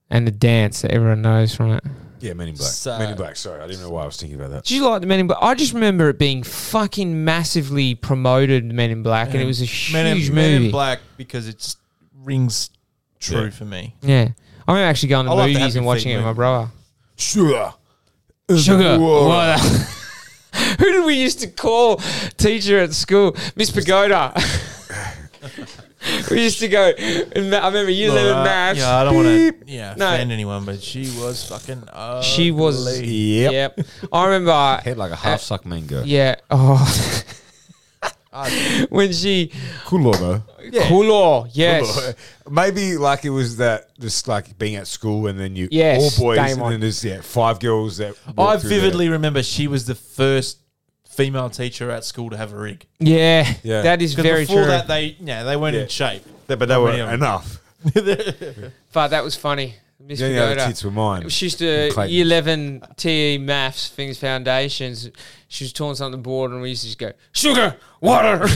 and the dance that everyone knows from it. Yeah, Men in Black. So- Men in Black. Sorry, I didn't know why I was thinking about that. Do you like the Men in Black? I just remember it being fucking massively promoted, Men in Black, and it was a huge Men in, movie. Men in Black because it rings true Yeah. for me. Yeah, I remember actually going to I like the movies and Happy watching Feet it with my movie. brother. Sure. Sugar. What a- Who did we used to call teacher at school? Miss Pagoda. we used to go. and ma- I remember year eleven Laura, maths. Yeah, I don't want to yeah, No. offend anyone, but she was fucking. Ugly. She was. Yep. Yep. I remember Head like a half suck mango. Yeah. Oh. when she Cool though. yeah. Kulo, yes. Maybe like it was that just like being at school and then you Yes, all boys game and on. then there's yeah five girls that I walk through vividly remember she was the first female teacher at school to have a rig. Yeah, Yeah. that is 'Cause very before true. that, they yeah they weren't Yeah. in shape. there. but they Not were many of them. enough. but that was funny. Miss The only other Pagoda. kids were mine. She used to Clayton. year E eleven TE maths things foundations. She was torn something on the board, and we used to just go sugar water.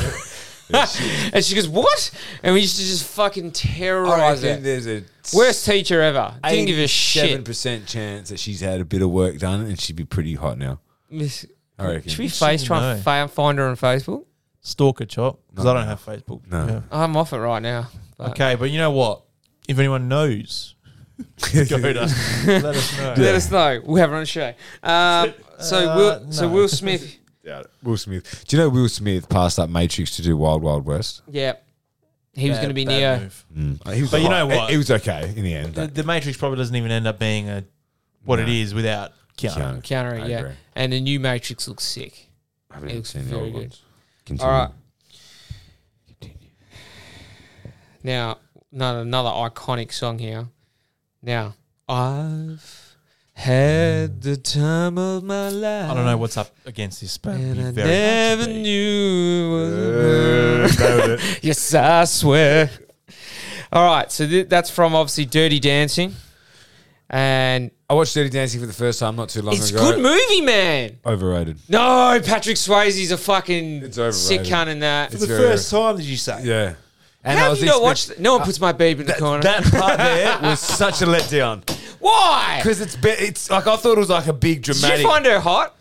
and she goes what? And we used to just fucking Oh, I terrorize reckon it. there's a Worst teacher ever. Didn't give a Seven shit. percent chance that she's had a bit of work done and she'd be pretty hot now. Miss, I reckon. should we face try and fa- find her on Facebook? Stalker chop because No. I don't have Facebook. No. Yeah. I'm off it right now. but- Okay, but you know what? If anyone knows, go to, let us know. Let us know. We'll have her on the show. Um, so, Uh, Will, so no. Will Smith. Doubt it. Will Smith. Do you know Will Smith passed up Matrix to do Wild Wild West? Mm. Yeah, he was Bad- going to be bad Neo. move. He was But you hot. know what? It, it was okay in the end. The, the Matrix probably doesn't even end up being a what it No. is without Keanu. Keanu, I yeah, agree. and the new Matrix looks sick. I It haven't looks seen the very old good. ones. Continue. All right. Now, no, another iconic song here. Now, I've had the time of my life. I don't know what's up against this, but it'd And be I very hard never to beat. knew. it was a Uh, nailed it. Yes, I swear. All right, so th- that's from obviously Dirty Dancing, and I watched Dirty Dancing for the first time not too long It's a ago. good movie, man. Overrated. No, Patrick Swayze's a fucking It's overrated. sick cunt in that. It's the very- first time did you say? Yeah. And How have you not expect- watched that? No one puts my babe in the corner. that part there was such a letdown Why? because it's be- it's like I thought it was like a big Did dramatic. you find her hot?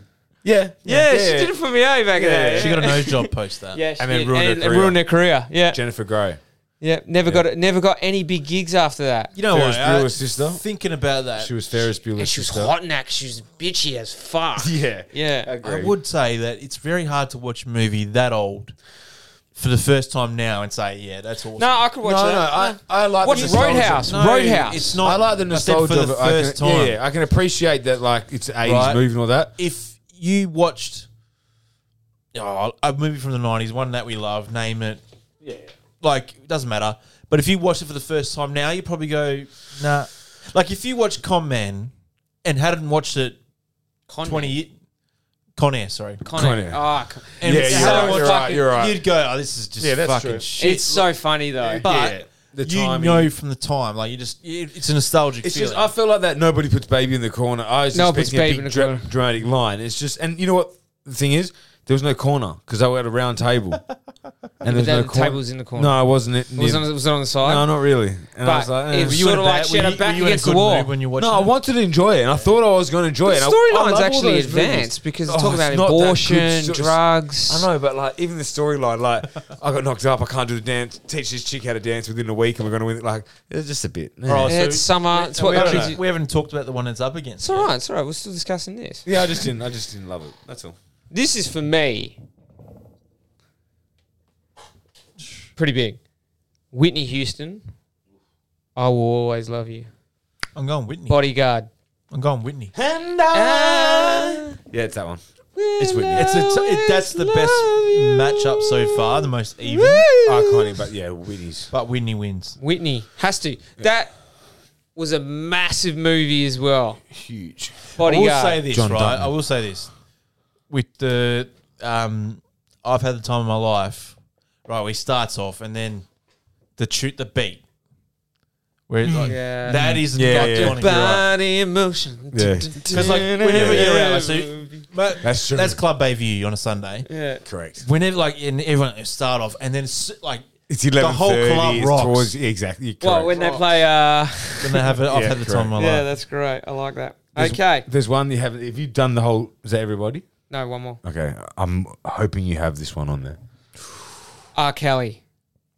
yeah, Yeah, she did it for me eh, back in the day. She got a nose job post that. Yeah, she And then did. ruined her and, and career. ruined her career. Yeah, Jennifer Grey. yeah. Never got never got any big gigs after that. You know Ferris what? I- Bueller's sister. Thinking about that, She was Ferris Bueller's And she was sister. hot in that. 'cause She was bitchy as fuck. Yeah, Yeah. Agreed. I would say that it's very hard to watch a movie that old for the first time now and say, yeah, that's awesome. No, I could watch no, that. no, I, I like What's the nostalgia. Roadhouse? No, Roadhouse. It's I not. like the I said nostalgia for the of it. I can- first time. Yeah, I can appreciate that. Like it's eighties Right. movie and all that. If you watched oh, a movie from the nineties, one that we love, name it. Yeah. Like it doesn't matter. But if you watch it for the first time now, you probably go nah. Like if you watch Con Man and hadn't watched it Con twenty years, Con Air, sorry. Con Air. Con Air. Ah, Con- And Yeah, if you you're hadn't right, watched you're it, right, you're right. You'd go, oh, this is just Yeah, that's fucking true. shit. it's so funny though. but Yeah, the you timing. know from the time, like you just, it, it's a nostalgic It's feeling. just I feel like that nobody puts baby in the corner. I was No one puts expecting a baby in big the dra- corner. dramatic line. It's just and you know what the thing is, there was no corner because I were at a round table, and there was that- no the corner. table was in the corner. No, I wasn't. It, was, it on, was it on the side? no, not really. And I But was like, eh. it was sort of in a like bad- she had were her you- back were you in a against the good wall. mood when you watched no, I it? wanted to enjoy it, and I thought I was going to enjoy it. The and I- I storyline's love all actually those movies. advanced because Oh, it's talking about not that good abortion, sto- drugs. I know, but like even the storyline, like I got knocked up, I can't do the dance. Teach this chick how to dance within a week, and we're going to win. Like it's just a bit. Right, Yeah, it's summer. It's what we, countries haven't, you- we haven't talked about the one that's up against. It's all right. It's all right. We're still discussing this. Yeah, I just didn't. I just didn't love it. That's all. This is for me. Pretty big. Whitney Houston. I will always love you. I'm going Whitney. Bodyguard. I'm going Whitney. Yeah, it's that one. It's Whitney. It's a t- it, that's the best matchup so far, the most even. I can't even. But yeah, Whitney's. But Whitney wins. Whitney has to. That was a massive movie as well. Huge. I will Bodyguard. say this, John right? Dutton. I will say this. With the, um, I've had the time of my life. Right, we starts off and then the shoot the beat. Where it's like, Hmm. Yeah. that is Yeah, not yeah. Johnny, you're right. Body in motion. Yeah. Because like whenever you're out, like, so, but That's that's true. Club Bayview on a Sunday. Yeah. Correct. Whenever like and everyone it'll start off, and then it's like It's eleven. whole club it's rocks. Towards, exactly. you're Well, correct. when they play, uh, then they have it. I've Yeah, had the time of my yeah, life. that's great. I like that. There's- Okay. There's one you haven't. Have you done the whole? Is that everybody? No, one more. Okay, I'm hoping you have this one on there. R. Kelly.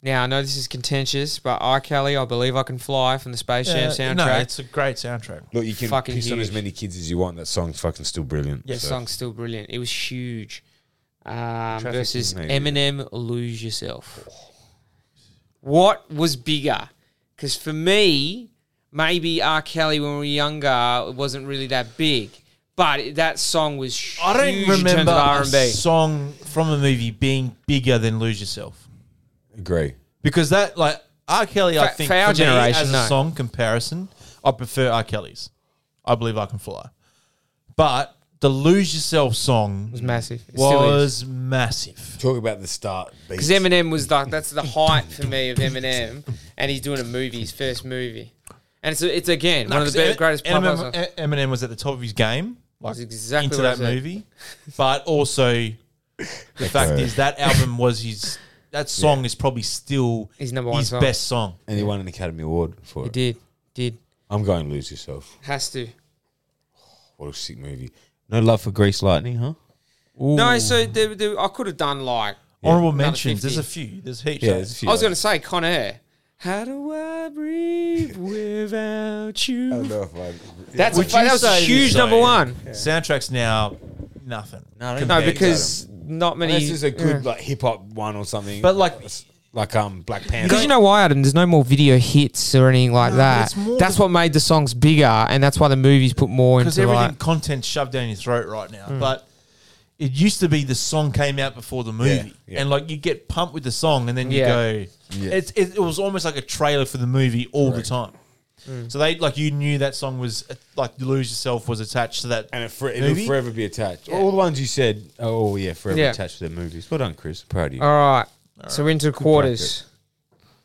Now I know this is contentious, but R. Kelly, I believe I can fly from the Space Jam soundtrack. Uh, No, it's a great soundtrack. Look, you can Fucking piss on huge. as many kids as you want. That song's fucking still brilliant. the song's still brilliant. It was huge. Um, versus is made, Eminem, "Lose Yourself." What was bigger? Because for me, maybe R. Kelly when we were younger, it wasn't really that big, but it- that song was. Huge I don't in terms remember of R a and B. song from a movie being bigger than Lose Yourself Agree. because that like R. Kelly. I For- think for our for me, generation, as a no. song comparison, I prefer R. Kelly's. I believe I can fly, but the Lose Yourself song was massive. It still Was massive. Talk about the start. Because Eminem was like that's the height for me of Eminem, and he's doing a movie, his first movie, and it's it's again one of the best, greatest pop Eminem, songs. Eminem was at the top of his game, like That's exactly into what I that said. movie. But also, the fact Echo. is that album was his. That song is probably still His number one his song. best song. and he won an Academy Award for He it. did, did I'm going lose yourself. has to. What a sick movie. No love for Grease Lightning, huh? No, so there, there, I could have done like Honorable Another mentions. 50. There's a few. There's heaps. Yeah, there's a few. I was going to say Con Air. How do I breathe without you? That's a, Would fu- you that was a say huge this, number though, one. Soundtracks now, nothing. No, compared to them. because not many. This is a good like hip hop one or something. But like, like um Black Panther. Because you know why, Adam? There's no more video hits or anything like that. it's more That's the- what made the songs bigger, and that's why the movies put more because into everything like. Hmm. content's shoved down your throat right now. But it used to be the song came out before the movie, yeah. and like you get pumped with the song, and then you Yeah. go. It's, it, it was almost like a trailer for the movie all the time. Hmm. So they like you knew that song was uh, like "Lose Yourself" was attached to that, and it for, it'll movie. forever be attached. All the ones you said, oh yeah, forever Yeah. Uh, attached to their movies. Well done, Chris. Proud of you. All right. So we're into quarters.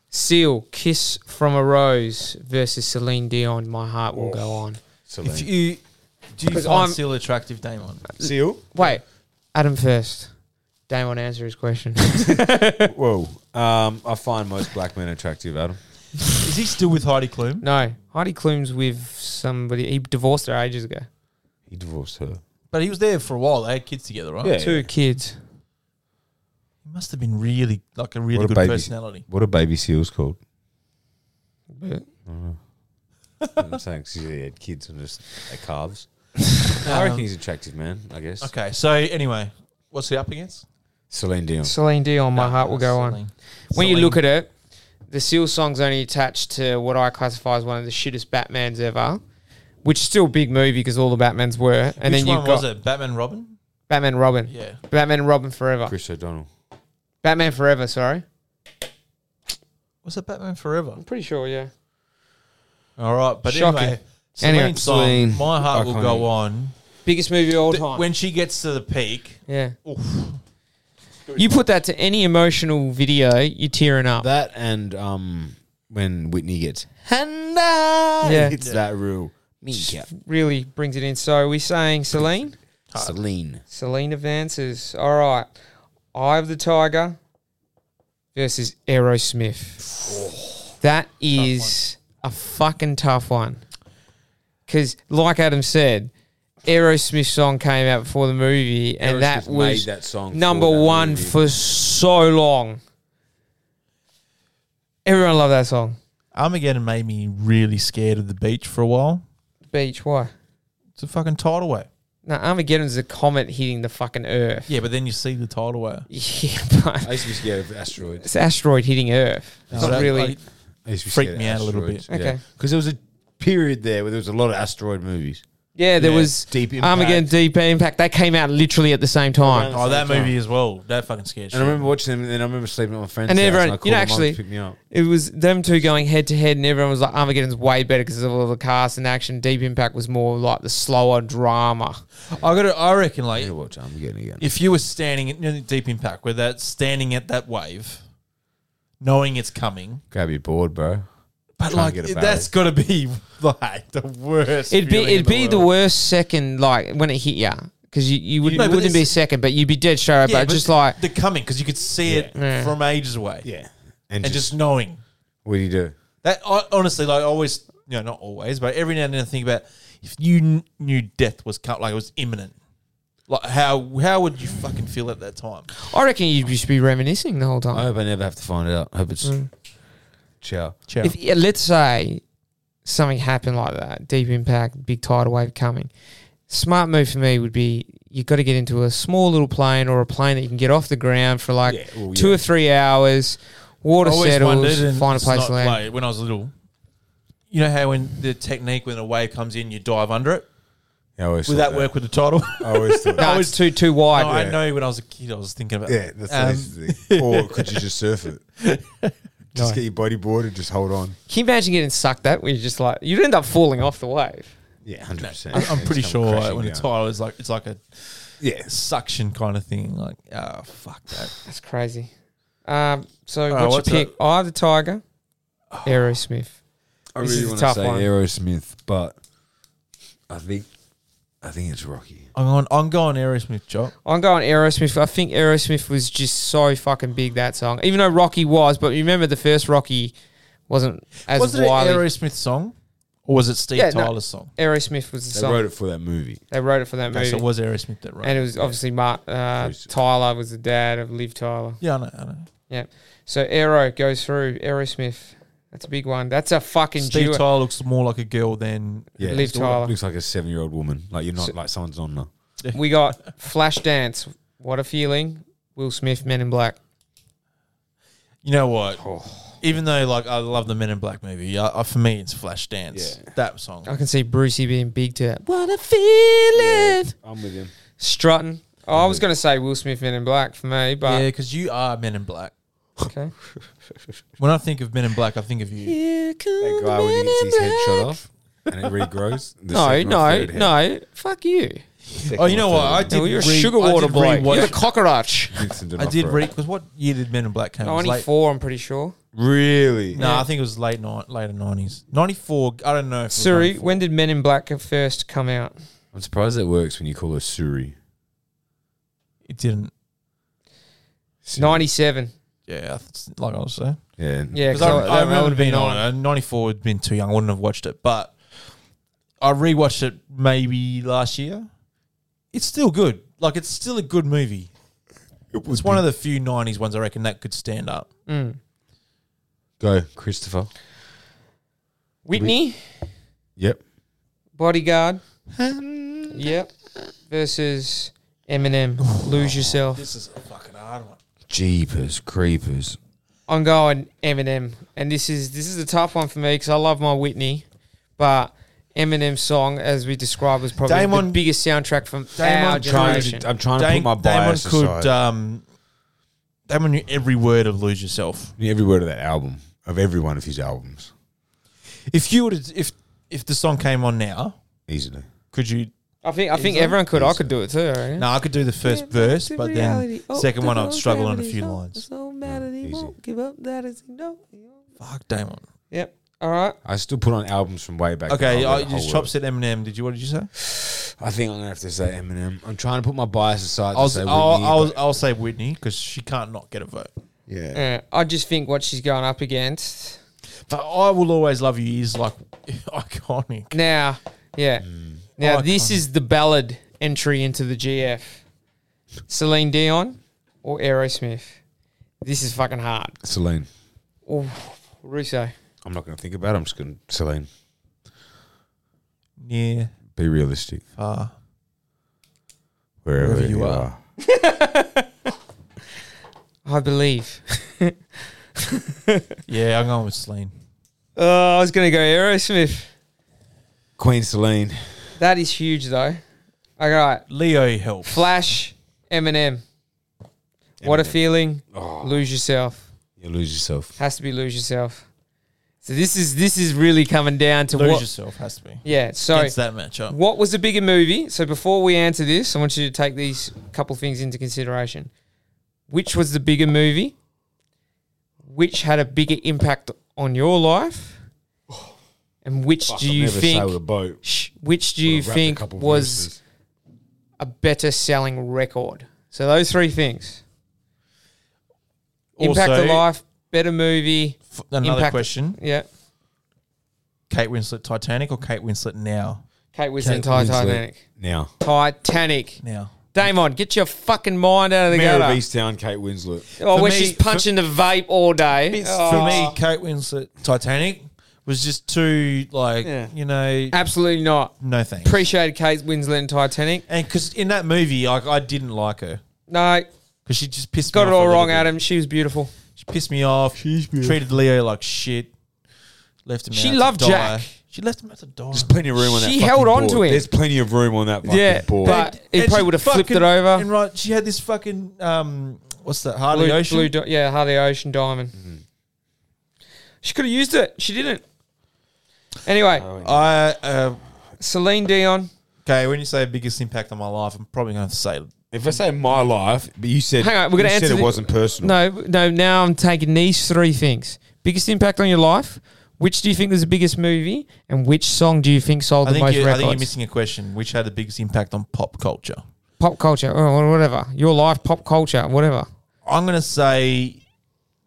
Seal, Kiss from a Rose versus Celine Dion, My Heart Will Go On. Celine. If you do you Because find I'm- Seal attractive, Damon? Seal? Wait, Adam first. Damon answer his question. Whoa. Um, I find most black men attractive, Adam. Is he still with Heidi Klum? no, Heidi Klum's with somebody. He divorced her ages ago. He divorced her. But he was there for a while. They had kids together, right? Yeah. Uh, Two kids. He must have been really like a What really a good baby. personality. What are baby seals called? Yeah. I'm saying 'cause he had kids and just they calves. I Um, reckon he's attractive, man. I guess. Um, Okay, so anyway, what's he up against? Celine Dion. Celine Dion, my heart will go on. Celine. When you Celine. look at it, the Seal song's only attached to what I classify as one of the shittest Batmans ever, which is still a big movie because all the Batmans were. And Which then you one got was it? Batman Robin? Batman Robin. Yeah. Batman Robin Forever. Chris O'Donnell. Batman Forever, sorry. Was it Batman Forever? I'm pretty sure, yeah. All right, but Shocking. anyway, Celine's Anyway. song, Celine. My Heart Will Iconic. Go On. Biggest movie of all Th- time. When she gets to the peak, yeah. oof, You put that to any emotional video, you're tearing up. That and um, when Whitney gets Handa. Yeah. It's that real. Me really brings it in. So we're saying Celine? Celine. Celine advances. All right. Eye of the Tiger versus Aerosmith. That is a fucking tough one. Because, like Adam said, Aerosmith's song came out before the movie, and that Aerosmith was made that song for number that one movie. for so long. Everyone loved that song. Armageddon made me really scared of the beach for a while. Beach, why? It's a fucking tidal wave. No, Armageddon's a comet hitting the fucking Earth. Yeah, but then you see the tidal wave. Yeah, but I used to be scared of asteroids. it's asteroid hitting Earth. It's So not Oh, that- really. like, I used to be Freaked scared of me out a little asteroids, bit. yeah. Okay. Because there was a period there where there was a lot of asteroid movies. Yeah, there Yeah, was Deep Impact. Armageddon, Deep Impact. They came out literally at the same time. oh, that movie as well. That fucking scared And I shit. remember watching them, and then I remember sleeping at my friend's And house, everyone- I you called know, my mum actually- to pick me up. It was them two going head to head, and everyone was like, "Armageddon's way better because of all the cast and action." Deep Impact was more like the slower drama. I got. I reckon like I gotta watch Armageddon again. if you were standing in in deep impact with that standing at that wave, knowing it's coming, Grab your board, bro. but Can't like get a it- that's got to be like the worst. It'd be feeling in it'd be the, world. worst second, like when it hit ya, because you you wouldn't No, but wouldn't be it's- second, but you'd be dead straight. Yeah, but just like the coming because you could see it Yeah. from ages away. Yeah. and just, knowing what do you do? that. I, honestly, like I always, you know, not always, but every now and then I think about if you kn- knew death was cut, like it was imminent. Like how how would you fucking feel at that time? I reckon you'd just be reminiscing the whole time. I hope I never have to find out. I hope it's Mm. ciao. Ciao. If yeah, let's say something happened like that, deep impact, big tidal wave coming, smart move for me would be you've got to get into a small little plane or a plane that you can get off the ground for like Yeah, well, two yeah. or three hours. Water settles, and find a it's place not to land. like when I was little, you know how when the technique when a wave comes in, you dive under it. I always Would thought that work with the title? I always thought No, that. it's too too wide. No, I know when I was a kid, I was thinking about. Yeah, that's Um, the easy thing. Or could you just surf it? Just get your body board and just hold on. Can you imagine getting sucked at? Where you're just like you'd end up falling off the wave. Yeah, hundred percent. I'm pretty sure like, when the title is like it's like a Yeah. suction kind of thing. Like, oh fuck that. That's crazy. Um, so right, what's what's your pick? Eye of the Tiger, Aerosmith. I This is really a want to tough say one. Aerosmith, but I think I think it's Rocky. I'm on. I'm going Aerosmith, Jock. I'm going Aerosmith. I think Aerosmith was just so fucking big that song. Even though Rocky was, but remember the first Rocky wasn't as was it wily. an Aerosmith song, or was it Steve Yeah, no. Tyler's song? Aerosmith was the They song. wrote it for that movie. they wrote it for that Okay, movie, so it was Aerosmith that wrote. and it. it was obviously Mark uh, Bruce. Tyler was the dad of Liv Tyler. yeah, I know. I know. Yeah. So Aero goes through Aerosmith. That's a big one. That's a fucking Steve duo. Tyler looks more like a girl than Yeah, Liv it's all- Tyler. looks like a seven-year-old woman. Like you're not So- like someone's on her. We got Flashdance. What a feeling. Will Smith, Men in Black. you know what. Oh. Even though, like, I love the Men in Black movie, I, I, for me, it's Flashdance. Yeah. That song. I can see Brucey being big to that. What a feeling. I'm with him. Strutting. Oh, I was going to say Will Smith Men in Black for me, Yeah, but because you are Men in Black. okay. When I think of Men in Black, I think of you. That guy when he gets his head shot off and it regrows. the No, second or no, third head. no. Fuck you. Second Oh, you know or what? I third did. No, you're a re- sugar I water did boy. rewatch- You're the cockroach. head. Vincent I did D'Onofrio. read because what year did Men in Black come? It was late- 94, I'm pretty sure. Really? No, I think it was late night, later nineties, ninety four. I don't know. If it was Suri, 94. when did Men in Black first come out? I'm surprised that works when you call her Suri. it didn't. Ninety-seven. Yeah, it's like I was saying, Yeah. Yeah, because I, I, remember would've being nine. on ninety four. Would have been too young. I wouldn't have watched it, but I rewatched it maybe last year. It's still good. Like it's still a good movie. It's one of the few nineties ones I reckon that could stand up. Mm. Go, Christopher. Whitney, Yep. Bodyguard. yep. Versus Eminem, Lose Yourself. This is a fucking hard one. Jeepers, creepers. I'm going Eminem, and this is this is a tough one for me because I love my Whitney, but Eminem's song, as we described, was probably the Damon- biggest soundtrack from our Damon Trying generation. to, I'm trying to put Dam- my Damon bias could. aside. Um, Damon knew every word of "Lose Yourself." Knew every word of that album, of every one of his albums, If you would, if if the song came on now, easily. could you? I think I think everyone could. I could do it too. I reckon. No, I could do the Oh, first verse, but then second one I'd struggle on a few lines. easy. won't give up. That is no. Fuck, Damon. Yep. All right. I still put on albums from way back. Okay, that I read the just chop whole world. said Eminem. Did you? What did you say? I think I'm gonna have to say Eminem. I'm trying to put my bias aside. I was, to say I'll, Whitney, I'll, but- I'll say Whitney because she can't not get a vote. yeah. Yeah, I just think what she's going up against But I will always love you is like iconic. now. Yeah. Now Oh, this is the ballad entry into the GF. Celine Dion or Aerosmith. This is fucking hard. Celine. Oh, Russo. I'm not gonna think about. it. I'm just gonna Celine. Near, Be realistic. far. Wherever, Wherever you, you are. are. I believe. Yeah, I'm going with Celine. Oh, I was going to go Aerosmith. Queen Celine. That is huge, though. All right. Leo helps. Flash, Eminem. What a feeling. Lose yourself. You lose yourself. Has to be lose yourself. So this is this is really coming down to Lose what. yourself has to be. yeah. So Against that matchup. what was the bigger movie? So before we answer this, I want you to take these couple things into consideration. Which was the bigger movie? Which had a bigger impact on your life? And which do you never think? sailed a boat. Shh. Which do you Wrapped a think couple of was verses. a better selling record? So those three things: impact Also, of life, better movie. f- another impact- question: Yeah, Kate Winslet Titanic or Kate Winslet now? Kate Winslet, Kate Ti- Winslet. Titanic. now? Titanic. Now. Damon, get your fucking mind out of the Mayor of gutter. Easttown, Kate Winslet. Oh, For where me- she's punching the vape all day. It's- Oh, For me, Kate Winslet Titanic was just too like Yeah. you know absolutely not. no thanks. Appreciated Kate Winslet and Titanic. and because in that movie, like I didn't like her No, because she just pissed got me it off a all little wrong, bit. Adam. She was beautiful. She pissed me off. treated Leo like shit. Left him. She out to loved die. Jack. She left him out to die. There's plenty of room on that. She fucking held on board. to him. There's plenty of room on that fucking Yeah, board. but- he And probably she would've flipped fucking- it over. And right, she had this fucking um, what's that? Harley Blue, Ocean. blue di- yeah, Harley Ocean diamond. Mm-hmm. She could have used it. She didn't. Anyway, Oh, I uh, Celine Dion. okay. When you say biggest impact on my life, I'm probably going to say if I say my life, but you said, Hang on, we're gonna you said answer it the- wasn't personal. No, no. Now I'm taking these three things: biggest impact on your life. Which do you think was the biggest movie, and which song do you think sold I the think most you, I records? think you're missing a question. Which had the biggest impact on pop culture? pop culture or whatever. Your life, pop culture, whatever. I'm going to say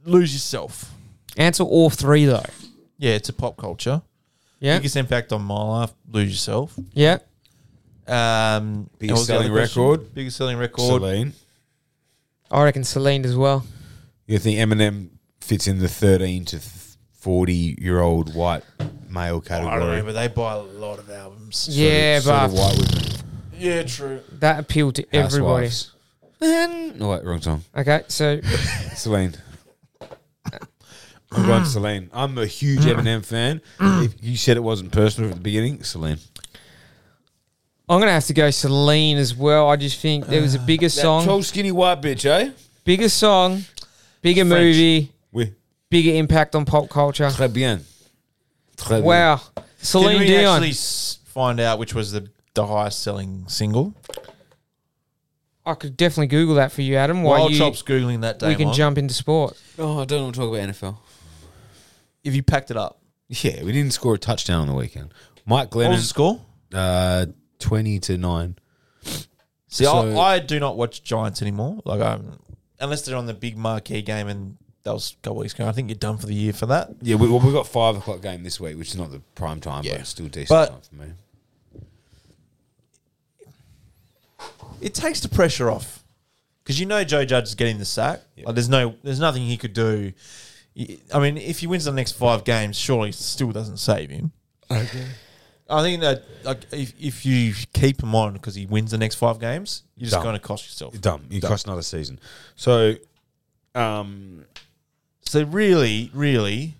lose yourself. Answer all three though. Yeah, it's a pop culture. Yeah, Biggest impact on my life, lose yourself. yeah. Um, and what was Biggest the other selling question? record? Biggest selling record. Celine. I reckon Celine as well. You think Eminem fits in the 13 to 40 year old white male I category? don't know, but they buy a lot of albums. yeah, Sort of but white women. Yeah, true. that appealed to everybody. Housewives. No, wait, wrong song. Okay, so Celine. I'm going Celine. I'm a huge Eminem fan. If you said it wasn't personal at the beginning, Celine. I'm gonna have to go Celine as well. I just think there Uh, was a bigger song, skinny white bitch, eh? bigger song, bigger French. movie, Oui. bigger impact on pop culture. Très bien. Très bien. Wow, Can Celine we Dion. actually s- find out which was the, the highest selling single? I could definitely Google that for you, Adam. While Wild you, Chop's googling that day. we can jump into sport. Oh, I don't want to talk about NFL. if you packed it up. Yeah, we didn't score a touchdown on the weekend. Mike What Glennon, was the score? uh, twenty to nine. See, So- I, I do not watch Giants anymore. Like, um, unless they're on the big marquee game, and that was a couple weeks ago. I think you're done for the year for that. Yeah, we, well, we got five o'clock game this week, which is not the prime time, Yeah. but it's still decent But- time for me. It takes the pressure off because you know Joe Judge is getting the sack. Yeah. Like, there's no, there's nothing he could do. Y- I mean, if he wins the next five games, surely it still doesn't save him. I think that like if, if you keep him on because he wins the next five games, you're just Dumb. going to cost yourself. Dumb. You cost another season. So, um, So really, really,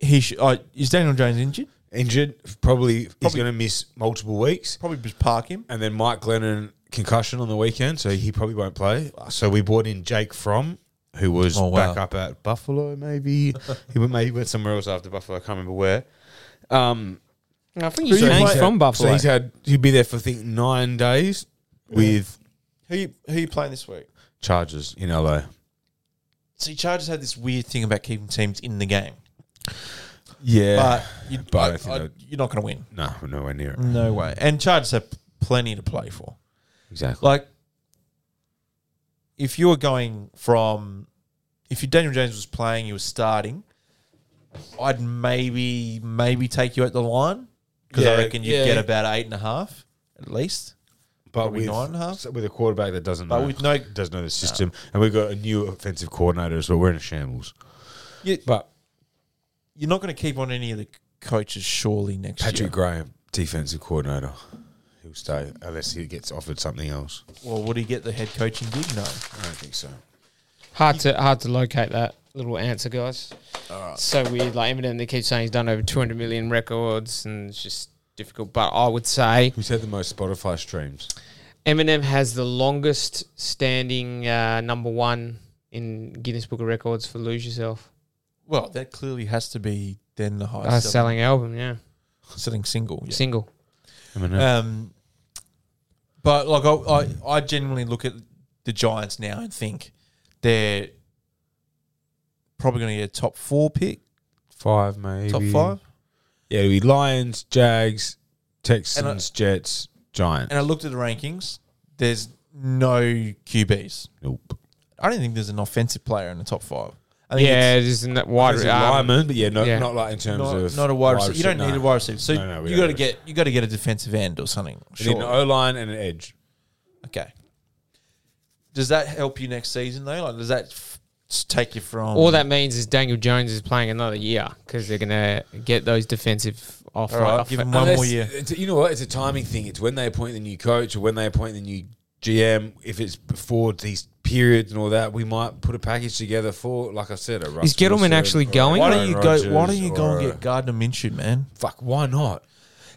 he should. Uh, is Daniel Jones injured? injured, probably, he's Probably- going to miss multiple weeks. Probably just park him. And then Mike Glennon concussion on the weekend, so he probably won't play. So we brought in Jake Fromm, who was Oh, wow. back up at Buffalo. Maybe he went, maybe went somewhere else after Buffalo. I can't remember where. Um, I think he's So changed he's had- from Buffalo. So he's had he'll be there for I think nine days with Who you, who you playing this week? Chargers in LA. See, Chargers had this weird thing about keeping teams in the game, Yeah, but, you, But I I- don't think I- they'll- you're not going to win. no, we're nowhere near it. No way. And Chargers have plenty to play for. Exactly. Like, if you were going from, if you Daniel James was playing, you were starting, I'd maybe maybe take you at the line because Yeah, I reckon you yeah. would get about eight and a half at least. but probably with nine and a half. so with a quarterback that doesn't But know, with no- doesn't know the system, and we've got a new offensive coordinator as well. We're in a shambles. Yeah. But You're not going to keep on any of the coaches surely next Patrick year. Graham, defensive coordinator, he'll stay unless he gets offered something else. Well, would he get the head coaching gig? No. I don't think so. hard to hard to locate that little answer, guys. So weird. Like evidently, they keep saying he's done over 200 million records, and it's just difficult. But I would say Who's had the most Spotify streams? Eminem has the longest standing uh, number one in Guinness Book of Records for "Lose Yourself." Well, that clearly has to be then the Uh, highest selling, selling album, yeah, selling single. yeah. single. Uh, Um, but like I, I, I genuinely look at the Giants now and think they're probably going to get a top four pick, five, maybe top five. Yeah, we Lions, Jags, Texans, And Jets, Giants. And I looked at the rankings. There's no QBs. nope. I don't think there's an offensive player in the top five. I think Yeah, it is in that wide. There's a Um, lineman, but yeah, no, yeah. not like in terms it's not, of not a wide receiver. You don't no. need a wide receiver. So No, no, we you got don't to need- get you got to get a defensive end or something. You need surely. an O line and an edge. Okay. Does that help you next season though? Like, does that f- take you from all that means is Daniel Jones is playing another year because they're gonna get those defensive off. All right, off- give him one more Unless- year. it's- you know what? It's a timing thing. It's when they appoint the new coach or when they appoint the new GM. If it's before these periods and all that, we might put a package together for, like I said, a Russell Gettleman Wilson actually or a going? Why don't you Aaron go? Why don't Rodgers you go or and a- get Gardner Minshew, man? Fuck, why not?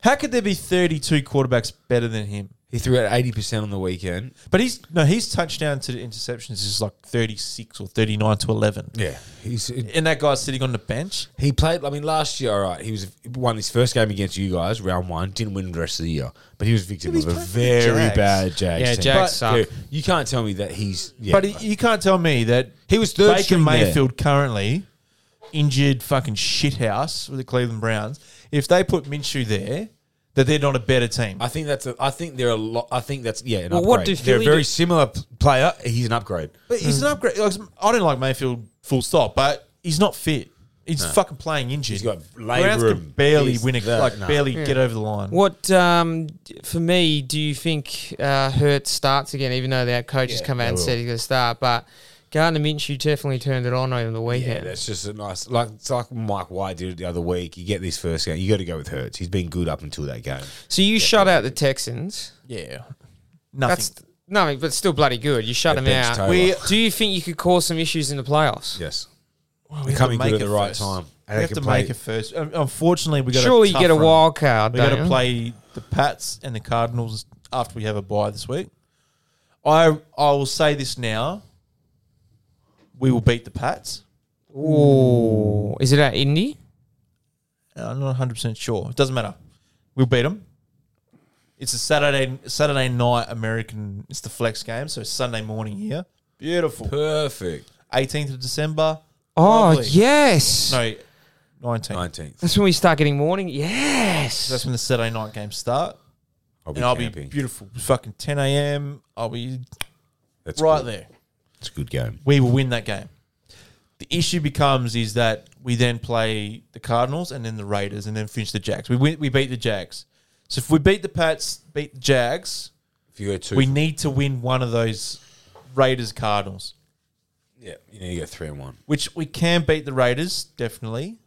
How could there be thirty-two quarterbacks better than him? He threw out 80% on the weekend. But he's no, he's touchdown to the interceptions is like thirty-six or thirty-nine to eleven, Yeah. He's and that guy's sitting on the bench. He played. I mean, last year, all right, he was won his first game against you guys, round one. Didn't win the rest of the year, but he was a victim But he's of a playing for very the Jags. bad Jags. Yeah, team. Jags But, suck. dude, you can't tell me that he's. Yeah, but he, you can't tell me that He was third Baker string there. Mayfield currently injured fucking shithouse with the Cleveland Browns. If they put Minshew there, that they're not a better team. I think that's. A, I think they're a lot. I think that's yeah. An Well, upgrade. what do they're a Philly very do- similar p- player. He's an upgrade. But Hmm. he's an upgrade. Like, I don't like Mayfield full stop, but he's not fit. He's fucking playing injured. He's got Browns labrum. can barely He's win a, that- like no. barely get over the line. What um, d- for me? Do you think uh, Hurt starts again? Even though their coach has Yeah, come they out and will. said he's going to start, but Gardner Minshew definitely turned it on over the Yeah, weekend. that's just a nice. Like it's like Mike White did it the other week. You get this first game. You got to go with Hurts. He's been good up until that game. so you shut out the Texans. Yeah, nothing. That's no, but still bloody good. You shut That them bench out. Taylor. We, do you think you could cause some issues in the playoffs? Yes, Well, They're have to coming make good at it the right first. time. And We they have can to play- make it first. Um, Unfortunately, we got. Surely a you tough get a run. wild card. We got don't to you? play the Pats and the Cardinals after we have a bye this week. I I will say this now. We will beat the Pats. Ooh, is it at Indy? Uh, I'm not 100 percent sure. It doesn't matter. We'll beat them. It's a Saturday Saturday night American. It's the flex game, so it's Sunday morning here. Beautiful. Perfect. 18th of December. Oh, Lovely. yes. No, 19. 19th. That's when we start getting morning. Yes. That's when the Saturday night games start. I'll be and I'll camping. be beautiful. Fucking 10 a.m. I'll be That's right good. there. It's a good game. We will win that game. The issue becomes is that we then play the Cardinals and then the Raiders and then finish the Jags. We win, we beat the Jags. So if we beat the Pats, beat the Jags, If you go two, we need to win one of those Raiders Cardinals, yeah, you need to go three and one. which we can beat the Raiders definitely.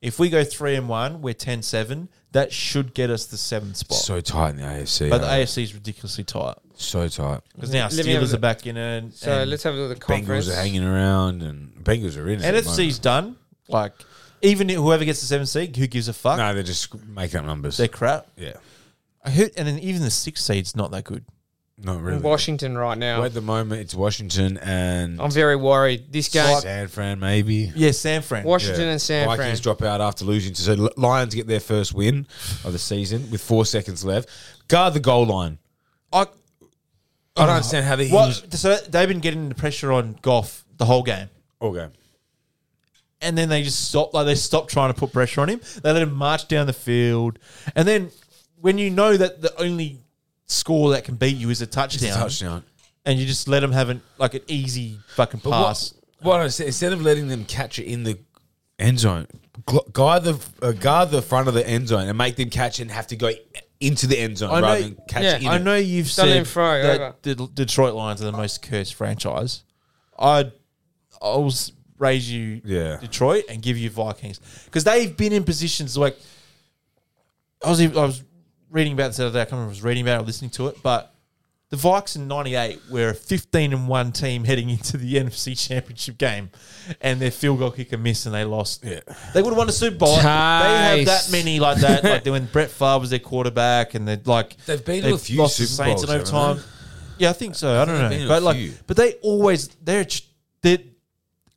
If we go 3 and 1, we're 10-7. That should get us the 7th spot. So tight in the AFC. but the eh? AFC is ridiculously tight so tight. because now Let me have Steelers a- are back in it. And, so let's have a look at the conference. Bengals are hanging around, and Bengals are in. it at the NFC's done. Like even whoever gets the seventh seed, who gives a fuck? moment. no, they're just making up numbers. They're crap. yeah, Who, and then even the sixth seed's not that good. not really. Washington right now. Well, at the moment, it's Washington and I'm very worried. This game, San Fran, maybe. Yeah, San Fran. Washington Yeah. and San Fran. Vikings drop out after losing to so Li- Lions get their first win of the season with four seconds left. Guard the goal line. I, I don't understand how they what, so they've been getting the pressure on Goff the whole game, all game. and then they just stop. Like they stopped trying to put pressure on him. They let him march down the field, and then when you know that the only score that can beat you is a touchdown, Touchdown. and you just let them have an like an easy fucking But what- pass. What, I said, instead of letting them catch it in the end zone, gl- guard the uh, guard the front of the end zone and make them catch it and have to go into the end zone I know- rather than catch yeah, in. I it. know you've Don't let him said throw, over. that the D- Detroit Lions are the most cursed franchise. I, I'll s- raise you Yeah. Detroit and give you Vikings because they've been in positions like I was even- I was reading about this the other day. I can't remember if I was reading about it or listening to it, but the Vikes in '98 were a 15 and one team heading into the NFC Championship game, and their field goal kicker missed and they lost. Yeah. They would have won a Super Bowl. They have that Nice. many like that. like when Brett Favre was their quarterback, and they're like They've been to a few lost to Super Saints Bowls, in haven't overtime. Yeah, I think so. I, don't they've been know, to but a like, few. but they always they're ch- they're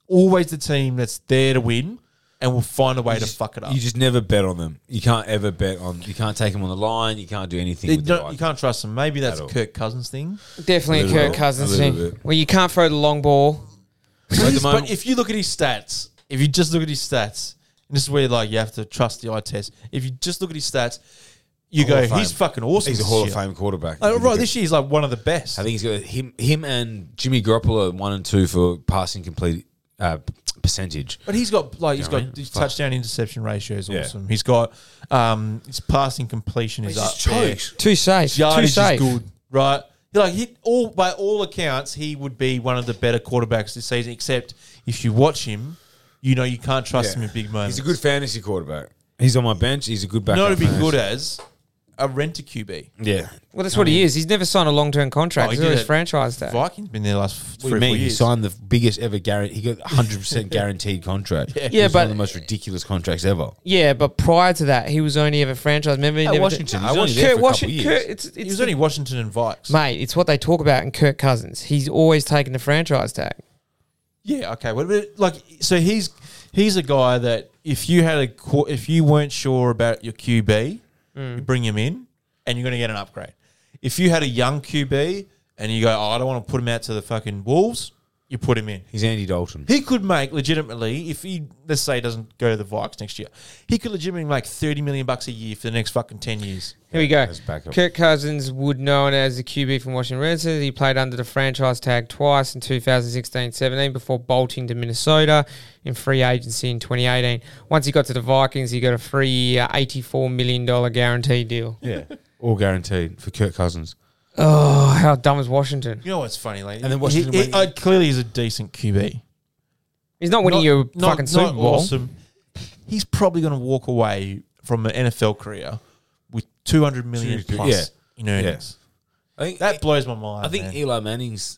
always the team that's there to win and will find a way to just- fuck it up. You just never bet on them. You can't ever bet on. You can't take them on the line. You can't do anything. They with the don't- you Vikings. can't trust them. Maybe that's At all. Kirk Cousins thing. Definitely a little Kirk bit. Cousins A little thing. bit. Well, you can't throw the long ball. So at the moment, but if you look at his stats, if you just look at his stats, and this is where like you have to trust the eye test. If you just look at his stats, you Hall go, of Fame. he's fucking awesome. he's a this Hall of year." Fame quarterback. Oh, right, this year he's like one of the best. I think he's got him. Him and Jimmy Garoppolo are one and two for passing complete uh, percentage. But he's got like he's You know what I got mean? his Fuck. touchdown interception ratio is Yeah. awesome. He's got um his passing completion is up. there. Too safe. Too Yardage is safe. good, right? Like he, all by all accounts, he would be one of the better quarterbacks this season. Except if you watch him, you know you can't trust him in big moments. He's a good fantasy quarterback. He's on my bench. He's a good You backup. know what he'd be fantasy. good as a renter QB. Yeah. Well, that's what he is. He's never signed a long term Oh, contract. he He's did always it. franchised that. Vikings been there last f- What three or four do you mean? He years. signed the biggest ever guarantee. He got 100% guaranteed contract. yeah, Yeah, one but- of the most ridiculous contracts ever. Yeah, but prior to that, he was only ever franchised. Remember, he At never Washington. Did, He was only there Kirk for a couple Washington. years. Kirk, it's, He it's was the- only Washington and Vikes. mate. It's what they talk about in Kirk Cousins. He's always taken the franchise tag. Yeah, okay. What about like so he's he's a guy that if you had a qu- if you weren't sure about your QB, you bring him in and you're going to get an upgrade. If you had a young QB and you go, "Oh, I don't want to put him out to the fucking wolves," you put him in. He's Andy Dalton. He could make legitimately if he let's say he doesn't go to the Vikes next year, he could legitimately make 30 million bucks a year for the next fucking 10 years. Here we go. As backup. Kirk Cousins would known as the QB from Washington Redskins. He played under the franchise tag twice in 2016-17 before bolting to Minnesota in free agency in 2018. Once he got to the Vikings, he got a three-year, $84 million guarantee deal. Yeah. All guaranteed for Kirk Cousins. Oh, how dumb is Washington? You know what's funny, like, And then Washington he- he- went- uh, clearly he's a decent QB. He's not winning Not- you a not- fucking not Super Bowl. awesome. He's probably going to walk away from an NFL career with 200 million Two- plus yeah. in earnings. I think That blows my mind. I think man. Eli Manning's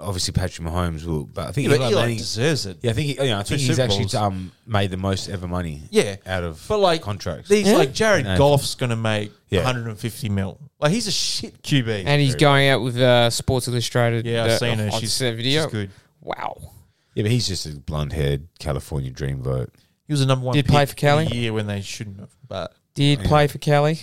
obviously Patrick Mahomes will, but I think Yeah, but Eli, Eli, Manning's. deserves it. Yeah, I think he, you know, I think Two he's Super actually Bowls. um, made the most ever money. Yeah. out of But like contracts. These Yeah. like Jared No. Goff's going to make Yeah. 150 mil. Like he's a shit QB. And he's Very going out with uh, Sports Illustrated. yeah, I've uh, seen her. on She's, the video. she's good. Wow. yeah, but he's just a blonde-haired California dream vote. He was a number one. Did play pick for Cali? in a year when they shouldn't have. But Did play for Kelly.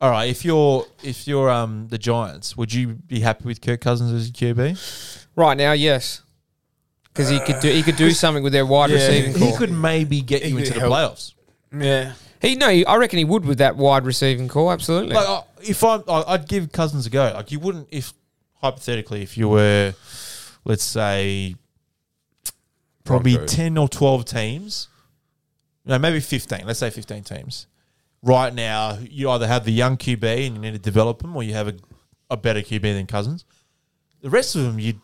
all right, if you're if you're um the Giants, would you be happy with Kirk Cousins as your QB? Right now, yes. because he could do he could do something with their wide receiving he core. could maybe get you could into the help. playoffs. Yeah. He no, I reckon he would with that wide receiving core. Absolutely. Like I if I'm, I, I'd give Cousins a go. Like you wouldn't if hypothetically if you were, let's say, probably Broncos. ten or twelve teams, no, maybe fifteen. Let's say fifteen teams. Right now, you either have the young QB and you need to develop them, or you have a, a better QB than Cousins. The rest of them, you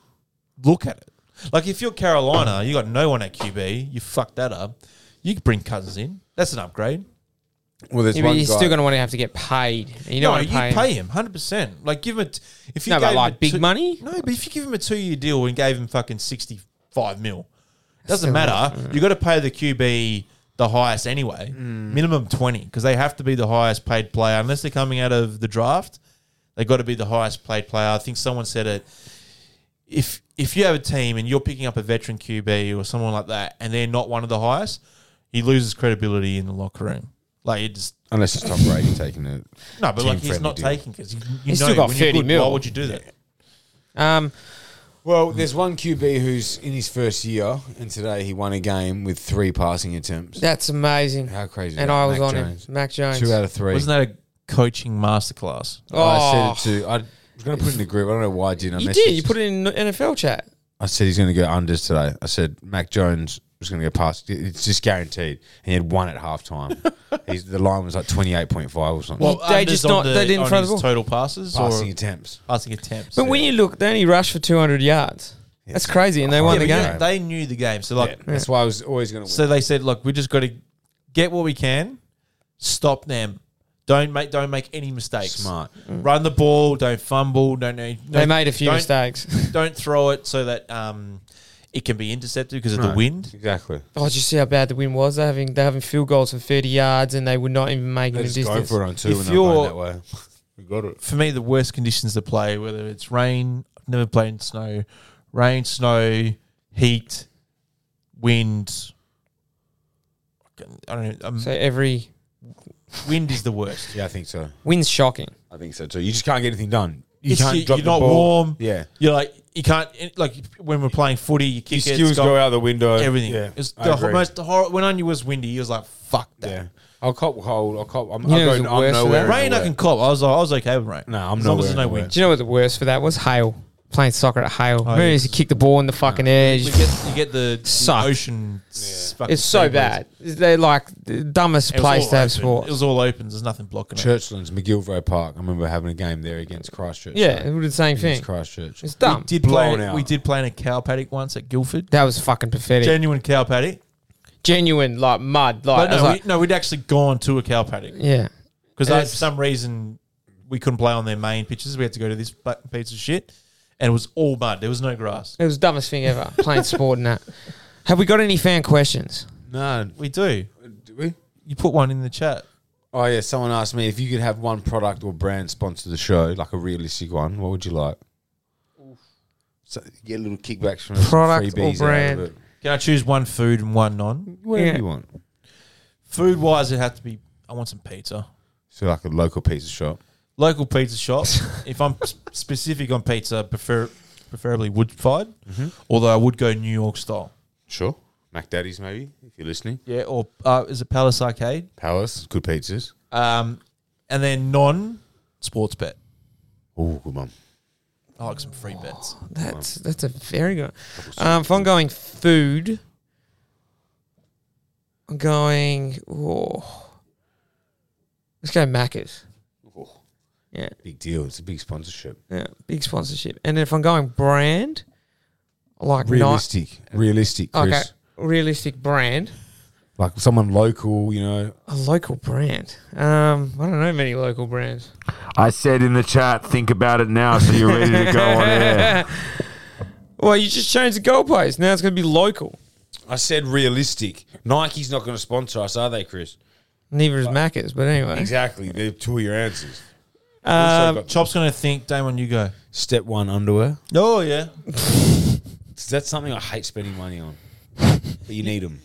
look at it. Like if you're Carolina, you got no one at QB, you fuck that up. You could bring Cousins in. That's an upgrade. Well, there's Yeah, but one you're guy. still going to want to have to get paid. and You don't no, want you to pay. him. pay him hundred percent. Like give him a t- if you No, but gave him like a big two- money? No, but if you give him a two year deal and gave him fucking sixty five mil, doesn't Still matter. You got to pay the QB the highest anyway, Mm. minimum twenty, because they have to be the highest paid player unless they're coming out of the draft. They got to be the highest paid player. I think someone said it. If if you have a team and you're picking up a veteran QB or someone like that, and they're not one of the highest, he loses credibility in the locker room. Like it just Unless it's Tom Brady taking it. no, but like he's team-friendly not deal. taking because you, you He's know still got when you're 30 good, mil. Why would you do that? Um, Well, there's one QB who's in his first year, and today he won a game with three passing attempts. that's amazing. How crazy! is and that? I was Mac on Jones. him, Mac Jones. Two out of 3 Wasn't that a coaching masterclass? oh, I said it too. I was going to put it in the group. I don't know why I didn't. I you messaged- did. You put it in NFL chat. I said he's going to go unders today. I said Mac Jones was going to go past. It's just guaranteed. And he had one at halftime. He's, the line was like twenty eight point five or something. Well, they just unders on not- they didn't on throw the his ball. total passes passing or attempts. passing attempts. But when you look, they only rushed for 200 yards. That's crazy, and they Yeah, won yeah, the but game. yeah, they knew the game, so like, That's why I was always going to. so they said, look, we just got to get what we can, stop them. Don't make don't make any mistakes. Smart. Run the ball. Don't fumble. Don't no, Mm. They made a few don't, mistakes. Don't throw it so that um it can be intercepted because of the No. wind. Exactly. Oh, did you see how bad the win was? They're having they're having field goals from 30 yards, and they would not even make it They in just distance. go for it on two If and they're going you're- that way. we got it. for me, the worst conditions to play, whether it's rain, I've never played in snow, rain, snow, heat, wind. I don't know. Um, So every wind is the worst. Yeah, I think so. win's shocking. I think so too. You just can't get anything done. You It's- can't you- drop you're the not ball. warm. Yeah. You're like you can't like when we're playing footy, you Your kick it, skills it's gone, go out the window. everything. Yeah. it's I the agree. most horror. When I knew it was windy, he was like, "Fuck that." Yeah. I'll cop cold. I'll cop. I'm, You know I'll who's go, the I'm worst for nowhere. that? in Rain, I nowhere. can cop. I was I was okay with rain. No, I'm as long nowhere as there's in no the way. wind. Do you know what the worst for that was? Hail. Playing soccer at Hail. Oh, Remember, yeah. you used to kick the ball in the fucking edge. You get, you get the, the Sucked. ocean. s- fucking It's so sea breeze. bad. They're like the dumbest It was place all to have open. sports. It was all open. There's nothing blocking it. Churchlands, McGilvray Park. I remember having a game there against Christchurch. yeah, right? it would be the same thing. against Christchurch. It's dumb. We did play. Blown out. We did play in a cow paddock once at Guildford. That was fucking pathetic. Genuine cow paddock. Genuine, like mud. Like, But I was no, like we, no, we'd actually gone to a cow paddock yeah. because It's- for some reason we couldn't play on their main pitches. We had to go to this bu- piece of shit, and it was all mud. There was no grass. It was the dumbest thing ever. playing sport and that. Have we got any fan questions? No, We do. do we? You put one in the chat. Oh yeah, someone asked me if you could have one product or brand sponsor the show, like a realistic one. What would you like? So you get little kickbacks from it, Product freebies or out of brand? it. Can I choose one food and one non? Whatever Yeah. you want. Food wise, it had to be. I want some pizza. So like a local pizza shop. Local pizza shop. if I'm s- specific on pizza, prefer preferably wood fired. Although I would go New York style. Sure. MacDaddy's maybe, if you're listening. Yeah, or uh, is it Palace Arcade? Palace, good pizzas. Um, and then non sports bet. Oh, good one. I like some free bets. That's that's a very good. Um, if I'm going food, I'm going. Oh, let's go Macca's. Yeah, Big deal. It's a big sponsorship. yeah, big sponsorship. And if I'm going brand, I like not Realistic. realistic, Chris. okay, realistic brand, Like someone local, you know. a local brand. Um, I don't know many local brands. I said in the chat, think about it now so you're ready to go on air. Well, you just changed the goalpost. Now it's going to be local. I said realistic. Nike's not going to sponsor us, are they, Chris? Neither is Macca's, but anyway. Exactly. They're two of your answers. Um, Chop's gonna think, Damon, you go. Step one underwear. Oh yeah, That's something I hate spending money on. But you need them.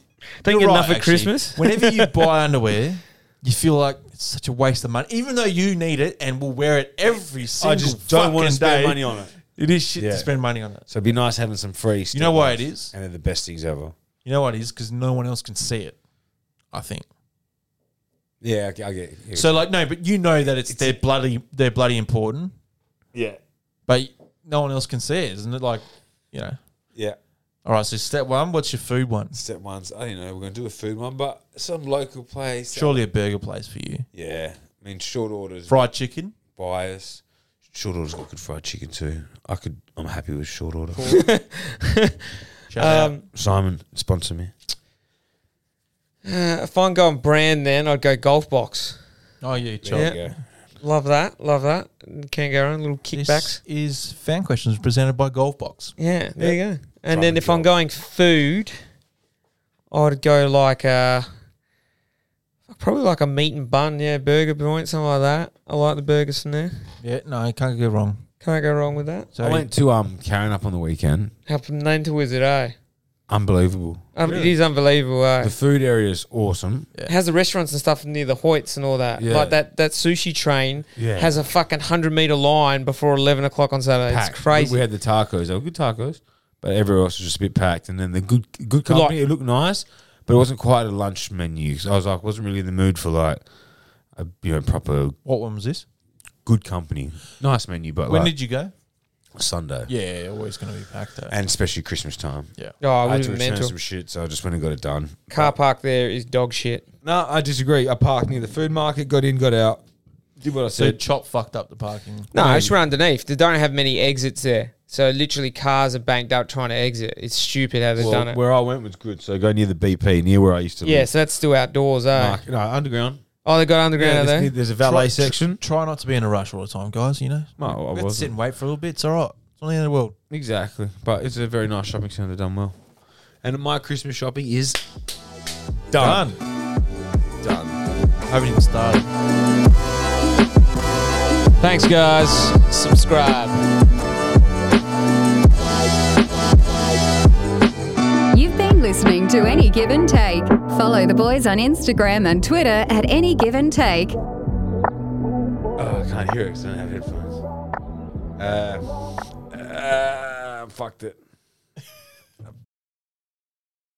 think You're enough right, at actually. Christmas. Whenever you buy underwear, you feel like it's such a waste of money, even though you need it and will wear it every single. I just don't want fucking to spend day. money on it. It is shit Yeah. to spend money on it. So it'd be nice having some free. You know why it stickers, is? And they're the best things ever. You know what it is? Because no one else can see it. I think. Yeah, I, I get. Yeah. So like no, but you know that it's, they're bloody they're bloody important, yeah, but no one else can see it, isn't it? Like, you know. yeah. All right, so step one, what's your food one? Step ones. I don't know. We're gonna do a food one, but some local place. Surely a burger place for you. Yeah, I mean short orders. Fried chicken. bias. Short order's got good fried chicken too. I could. I'm happy with short order. Shout out. Um, Simon, sponsor me. uh, if I'm going brand, then I'd go golf box. Oh yeah, chill. There you go. Love that. Love that. Can't go wrong. Little This kickbacks. is fan questions presented by Golfbox. Yeah, there you go. And Trying then to if I'm golf. going food, I'd go like a probably like a meat and bun. Yeah, burger joint, something like that. I like the burgers from there. Yeah, no, I can't go wrong. Can't go wrong with that. So I went to um Karen up on the weekend. Happened name to Wizard eh? Unbelievable. Um, It is unbelievable. eh? The food area is awesome. It has the restaurants and stuff near the Hoyts and all that. Yeah. Like that that sushi train Yeah. has a fucking hundred meter line before eleven o'clock on Saturday. Packed. It's crazy. We, we had the tacos. They were good tacos, but everywhere else was just a bit packed. And then the good good company. like- it looked nice, but it wasn't quite a lunch menu. So I was like, wasn't really in the mood for like a you know proper what one was this? good company. Nice menu, but When like did you go? Sunday. Yeah, always going to be packed. Though. And especially Christmas time. yeah. oh, I I had would to have return mental. some shit, so I just went and got it done. Car park there is dog shit. No, I disagree. I parked near the food market, got in, got out, did what I So said. Chop fucked up the parking. No, it's right underneath. They don't have many exits there. So literally cars are banked up trying to exit. It's stupid how they've Well, done it. where I went was good, so go near the BP, near where I used to Yeah, live. so that's still outdoors, eh? Market- no, underground. Oh, they got underground Yeah, out there's, there. near- there's a valet Try- section. Try not to be in a rush all the time, guys. You know, No, I Let's sit and wait for a little bit. It's all right. It's not the end of the world. Exactly. But it's a very nice shopping centre, done well. And my Christmas shopping is done. Done. Done. Haven't even started. Thanks, guys. Subscribe. You've been listening to Any Give and Take. Follow the boys on Instagram and Twitter at Any Give and Take. Oh, I can't hear it because I don't have headphones. Uh, uh, fucked it.